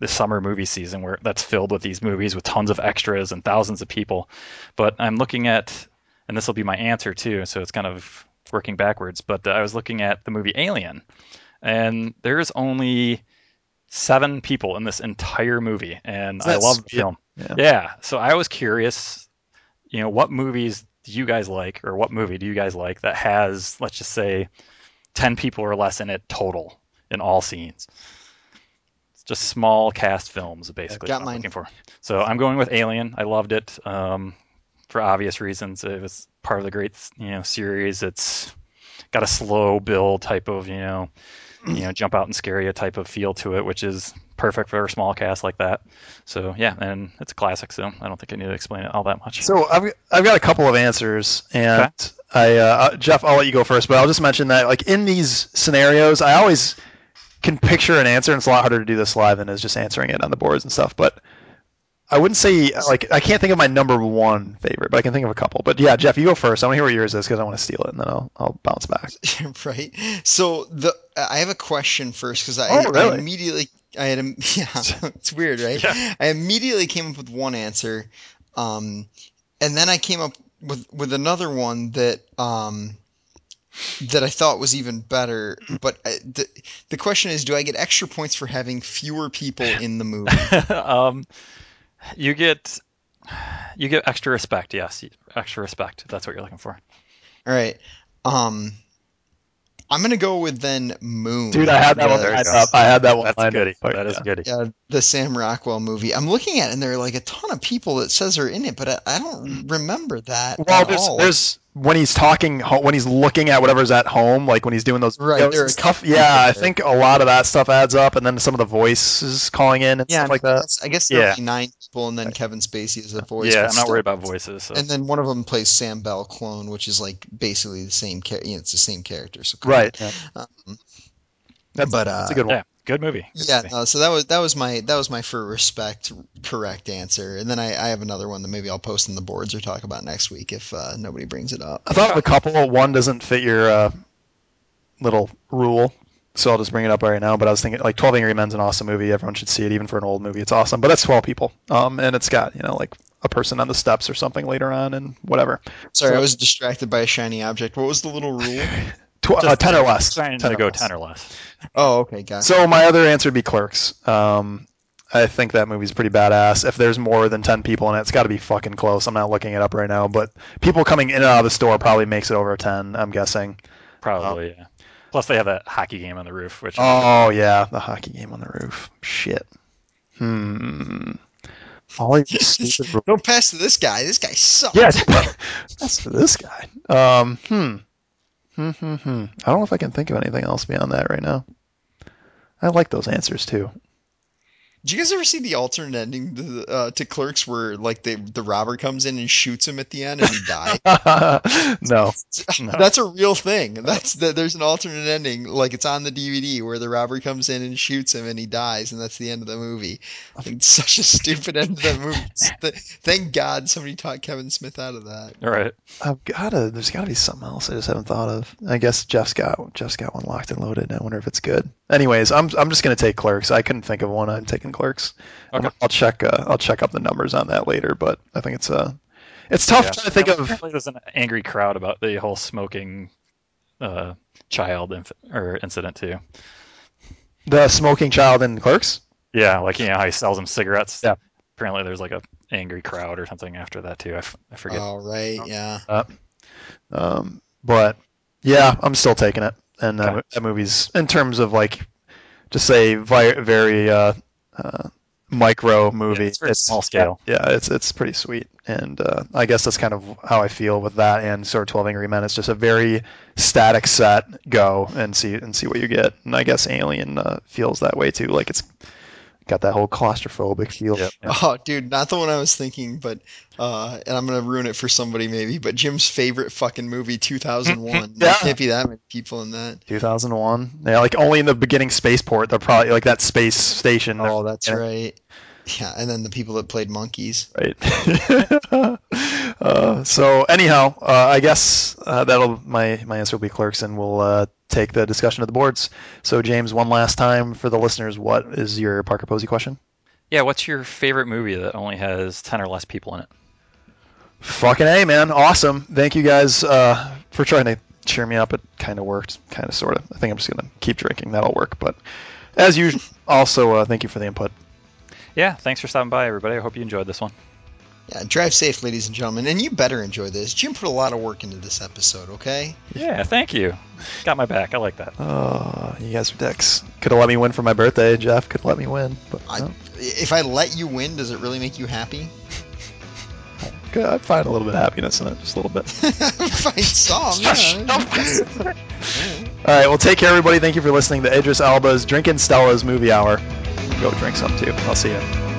[SPEAKER 2] the summer movie season, where that's filled with these movies with tons of extras and thousands of people. But I'm looking at and this will be my answer too. So it's kind of working backwards. But uh, I was looking at the movie Alien, and there's only seven people in this entire movie, and I
[SPEAKER 1] that
[SPEAKER 2] love the
[SPEAKER 1] sweet?
[SPEAKER 2] film.
[SPEAKER 1] Yeah.
[SPEAKER 2] yeah. So I was curious, you know, what movies do you guys like, or what movie do you guys like that has, let's just say, ten people or less in it total in all scenes. It's just small cast films, basically.
[SPEAKER 3] Got
[SPEAKER 2] what I'm
[SPEAKER 3] mine.
[SPEAKER 2] looking for. So I'm going with Alien. I loved it um, for obvious reasons. It was part of the great, you know, series. It's got a slow build type of, you know, you know, jump out and scare you type of feel to it, which is perfect for a small cast like that. So yeah, and it's a classic. So I don't think I need to explain it all that much.
[SPEAKER 1] So I've, I've got a couple of answers, and I uh, Jeff, I'll let you go first, but I'll just mention that like in these scenarios, I always can picture an answer, and it's a lot harder to do this live than is just answering it on the boards and stuff. But I wouldn't say like I can't think of my number one favorite, but I can think of a couple. But yeah, Jeff, you go first. I want to hear what yours is because I want to steal it, and then I'll I'll bounce back.
[SPEAKER 3] right. So the I have a question first because I,
[SPEAKER 1] Oh,
[SPEAKER 3] I
[SPEAKER 1] really?
[SPEAKER 3] immediately I had a, yeah it's weird right I immediately came up with one answer, um, and then I came up with with another one that um that I thought was even better. But I, the the question is, do I get extra points for having fewer people in the movie?
[SPEAKER 2] um, you get you get extra respect. Yes, extra respect. if That's what you're looking for.
[SPEAKER 3] All right. Um, I'm gonna go with then Moon.
[SPEAKER 1] Dude, I had that one
[SPEAKER 3] the-
[SPEAKER 2] There you
[SPEAKER 1] lined
[SPEAKER 2] go.
[SPEAKER 1] up. I had that one
[SPEAKER 2] That's a
[SPEAKER 1] lined
[SPEAKER 2] goodie.
[SPEAKER 1] up. but
[SPEAKER 2] that is
[SPEAKER 1] yeah.
[SPEAKER 2] a goodie.
[SPEAKER 3] Yeah, the Sam Rockwell movie. I'm looking at it, and there are like a ton of people that says are in it, but I, I don't remember that
[SPEAKER 1] Well,
[SPEAKER 3] at
[SPEAKER 1] there's,
[SPEAKER 3] all.
[SPEAKER 1] there's when he's talking, ho- when he's looking at whatever's at home, like when he's doing those
[SPEAKER 3] Right,
[SPEAKER 1] videos
[SPEAKER 3] there
[SPEAKER 1] and
[SPEAKER 3] are
[SPEAKER 1] stuff.
[SPEAKER 3] couple
[SPEAKER 1] Yeah, I
[SPEAKER 3] people there.
[SPEAKER 1] think a lot of that stuff adds up, and then some of the voices calling in and
[SPEAKER 3] yeah,
[SPEAKER 1] stuff like that.
[SPEAKER 3] I guess there are
[SPEAKER 1] Yeah.
[SPEAKER 3] only nine people, and then Kevin Spacey is a voice.
[SPEAKER 2] Yeah,
[SPEAKER 3] but
[SPEAKER 2] I'm not
[SPEAKER 3] still-
[SPEAKER 2] worried about voices. So.
[SPEAKER 3] And then one of them plays Sam Bell clone, which is like basically the same. Char- you know, it's the same character. So come
[SPEAKER 1] Right.
[SPEAKER 3] on. Um,
[SPEAKER 1] That's,
[SPEAKER 3] but,
[SPEAKER 1] that's
[SPEAKER 3] uh,
[SPEAKER 1] a good one.
[SPEAKER 2] yeah, good movie. Good
[SPEAKER 3] yeah.
[SPEAKER 2] movie.
[SPEAKER 3] No, so that was that was my that was my for respect correct answer, and then I, I have another one that maybe I'll post in the boards or talk about next week if uh, nobody brings it up.
[SPEAKER 1] I thought of a couple. One doesn't fit your uh, little rule, so I'll just bring it up right now. But I was thinking, like, Twelve Angry Men's an awesome movie. Everyone should see it, even for an old movie. It's awesome. But that's twelve people, um, and it's got you know like a person on the steps or something later on, and whatever.
[SPEAKER 3] Sorry,
[SPEAKER 1] So-
[SPEAKER 3] I was distracted by a shiny object. What was the little rule?
[SPEAKER 1] Tw- uh,
[SPEAKER 2] Just
[SPEAKER 1] ten or less.
[SPEAKER 2] Trying to
[SPEAKER 1] Ten or
[SPEAKER 2] go
[SPEAKER 1] less.
[SPEAKER 2] ten or less.
[SPEAKER 3] oh, okay, gotcha.
[SPEAKER 1] So my other answer would be Clerks. Um, I think that movie's pretty badass. If there's more than ten people in it, it's got to be fucking close. I'm not looking it up right now, but people coming in and out of the store probably makes it over ten. I'm guessing.
[SPEAKER 2] Probably.
[SPEAKER 1] Uh-huh.
[SPEAKER 2] Yeah. Plus they have that hockey game on the roof, which
[SPEAKER 1] Oh yeah, the hockey game on the roof. Shit. Hmm. All these stupid. rules.
[SPEAKER 3] Don't pass to this guy. This guy sucks.
[SPEAKER 1] Yes. That's for this guy. Um. Hmm. Hmm. Hmm. Hmm. I don't know if I can think of anything else beyond that right now. I like those answers too.
[SPEAKER 3] Did you guys ever see the alternate ending to, the- uh, to Clerks where like the the robber comes in and shoots him at the end and he dies?
[SPEAKER 1] no.
[SPEAKER 3] That's a real thing. That's the, there's an alternate ending. Like it's on the DVD where the robber comes in and shoots him and he dies and that's the end of the movie. Like, it's such a stupid end to that movie. It's the- Thank God somebody taught Kevin Smith out of that.
[SPEAKER 2] all right.
[SPEAKER 1] I've gotta. There's gotta be something else I just haven't thought of. I guess Jeff's got Jeff's got one locked and loaded. and I wonder if it's good. Anyways, I'm I'm just gonna take Clerks. I couldn't think of one. I'm taking Clerks.
[SPEAKER 2] Okay.
[SPEAKER 1] I'll check. Uh, I'll check up the numbers on that later. But I think it's uh, it's tough
[SPEAKER 2] Yeah.
[SPEAKER 1] trying to think of.
[SPEAKER 2] Apparently there's an angry crowd about the whole smoking uh, child inf- or incident too.
[SPEAKER 1] The smoking child in Clerks.
[SPEAKER 2] Yeah, like you know how he sells them cigarettes.
[SPEAKER 1] Yeah.
[SPEAKER 2] Apparently there's like a angry crowd or something after that too. I, f- I forget.
[SPEAKER 1] Uh,
[SPEAKER 3] Oh right, yeah.
[SPEAKER 2] Uh.
[SPEAKER 1] Um, but yeah, I'm still taking it. And uh,
[SPEAKER 2] Okay.
[SPEAKER 1] that movie's in terms of like, just say vi- very uh, uh, micro movie.
[SPEAKER 2] Yeah, it's very small scale.
[SPEAKER 1] Yeah, it's it's pretty sweet, and uh, I guess that's kind of how I feel with that and sort of Twelve Angry Men. It's just a very static set. Go and see and see what you get. And I guess Alien uh, feels that way too. Like it's got that whole claustrophobic feel.
[SPEAKER 2] Yep.
[SPEAKER 3] Oh, dude, not the one I was thinking, but uh, and I'm gonna ruin it for somebody maybe. But Jim's favorite fucking movie, 2001. There
[SPEAKER 1] Yeah.
[SPEAKER 3] can't be that many people in that.
[SPEAKER 1] 2001. Yeah, like only in the beginning spaceport. They're probably like that space station. they're
[SPEAKER 3] Oh, that's
[SPEAKER 1] Yeah.
[SPEAKER 3] right. Yeah, and then the people that played monkeys.
[SPEAKER 1] right? uh, so anyhow, uh, I guess uh, that'll my my answer will be clerks, and we'll uh, take the discussion to the boards. So James, one last time for the listeners, what is your Parker Posey question?
[SPEAKER 2] Yeah, what's your favorite movie that only has 10 or less people in it?
[SPEAKER 1] Fucking a man, awesome. Thank you guys uh, for trying to cheer me up. It kind of worked, kind of sort of. I think I'm just gonna keep drinking. That'll work. But as usual, also uh, thank you for the input.
[SPEAKER 2] Yeah, thanks for stopping by, everybody. I hope you enjoyed this one.
[SPEAKER 3] Yeah, drive safe, ladies and gentlemen, and you better enjoy this. Jim put a lot of work into this episode, okay?
[SPEAKER 2] Yeah, thank you. Got my back. I like that.
[SPEAKER 1] Oh, you guys are dicks. Could have let me win for my birthday. Jeff could have let me win, but
[SPEAKER 3] I,
[SPEAKER 1] no.
[SPEAKER 3] if I let you win, does it really make you happy?
[SPEAKER 1] Good, I find a little bit of happiness in it, just a little bit.
[SPEAKER 3] Fine song.
[SPEAKER 1] All
[SPEAKER 3] Yeah.
[SPEAKER 1] right, well, take care, everybody. Thank you for listening to Idris Alba's Drinking Stella's Movie Hour. Go drink some too. I'll see you.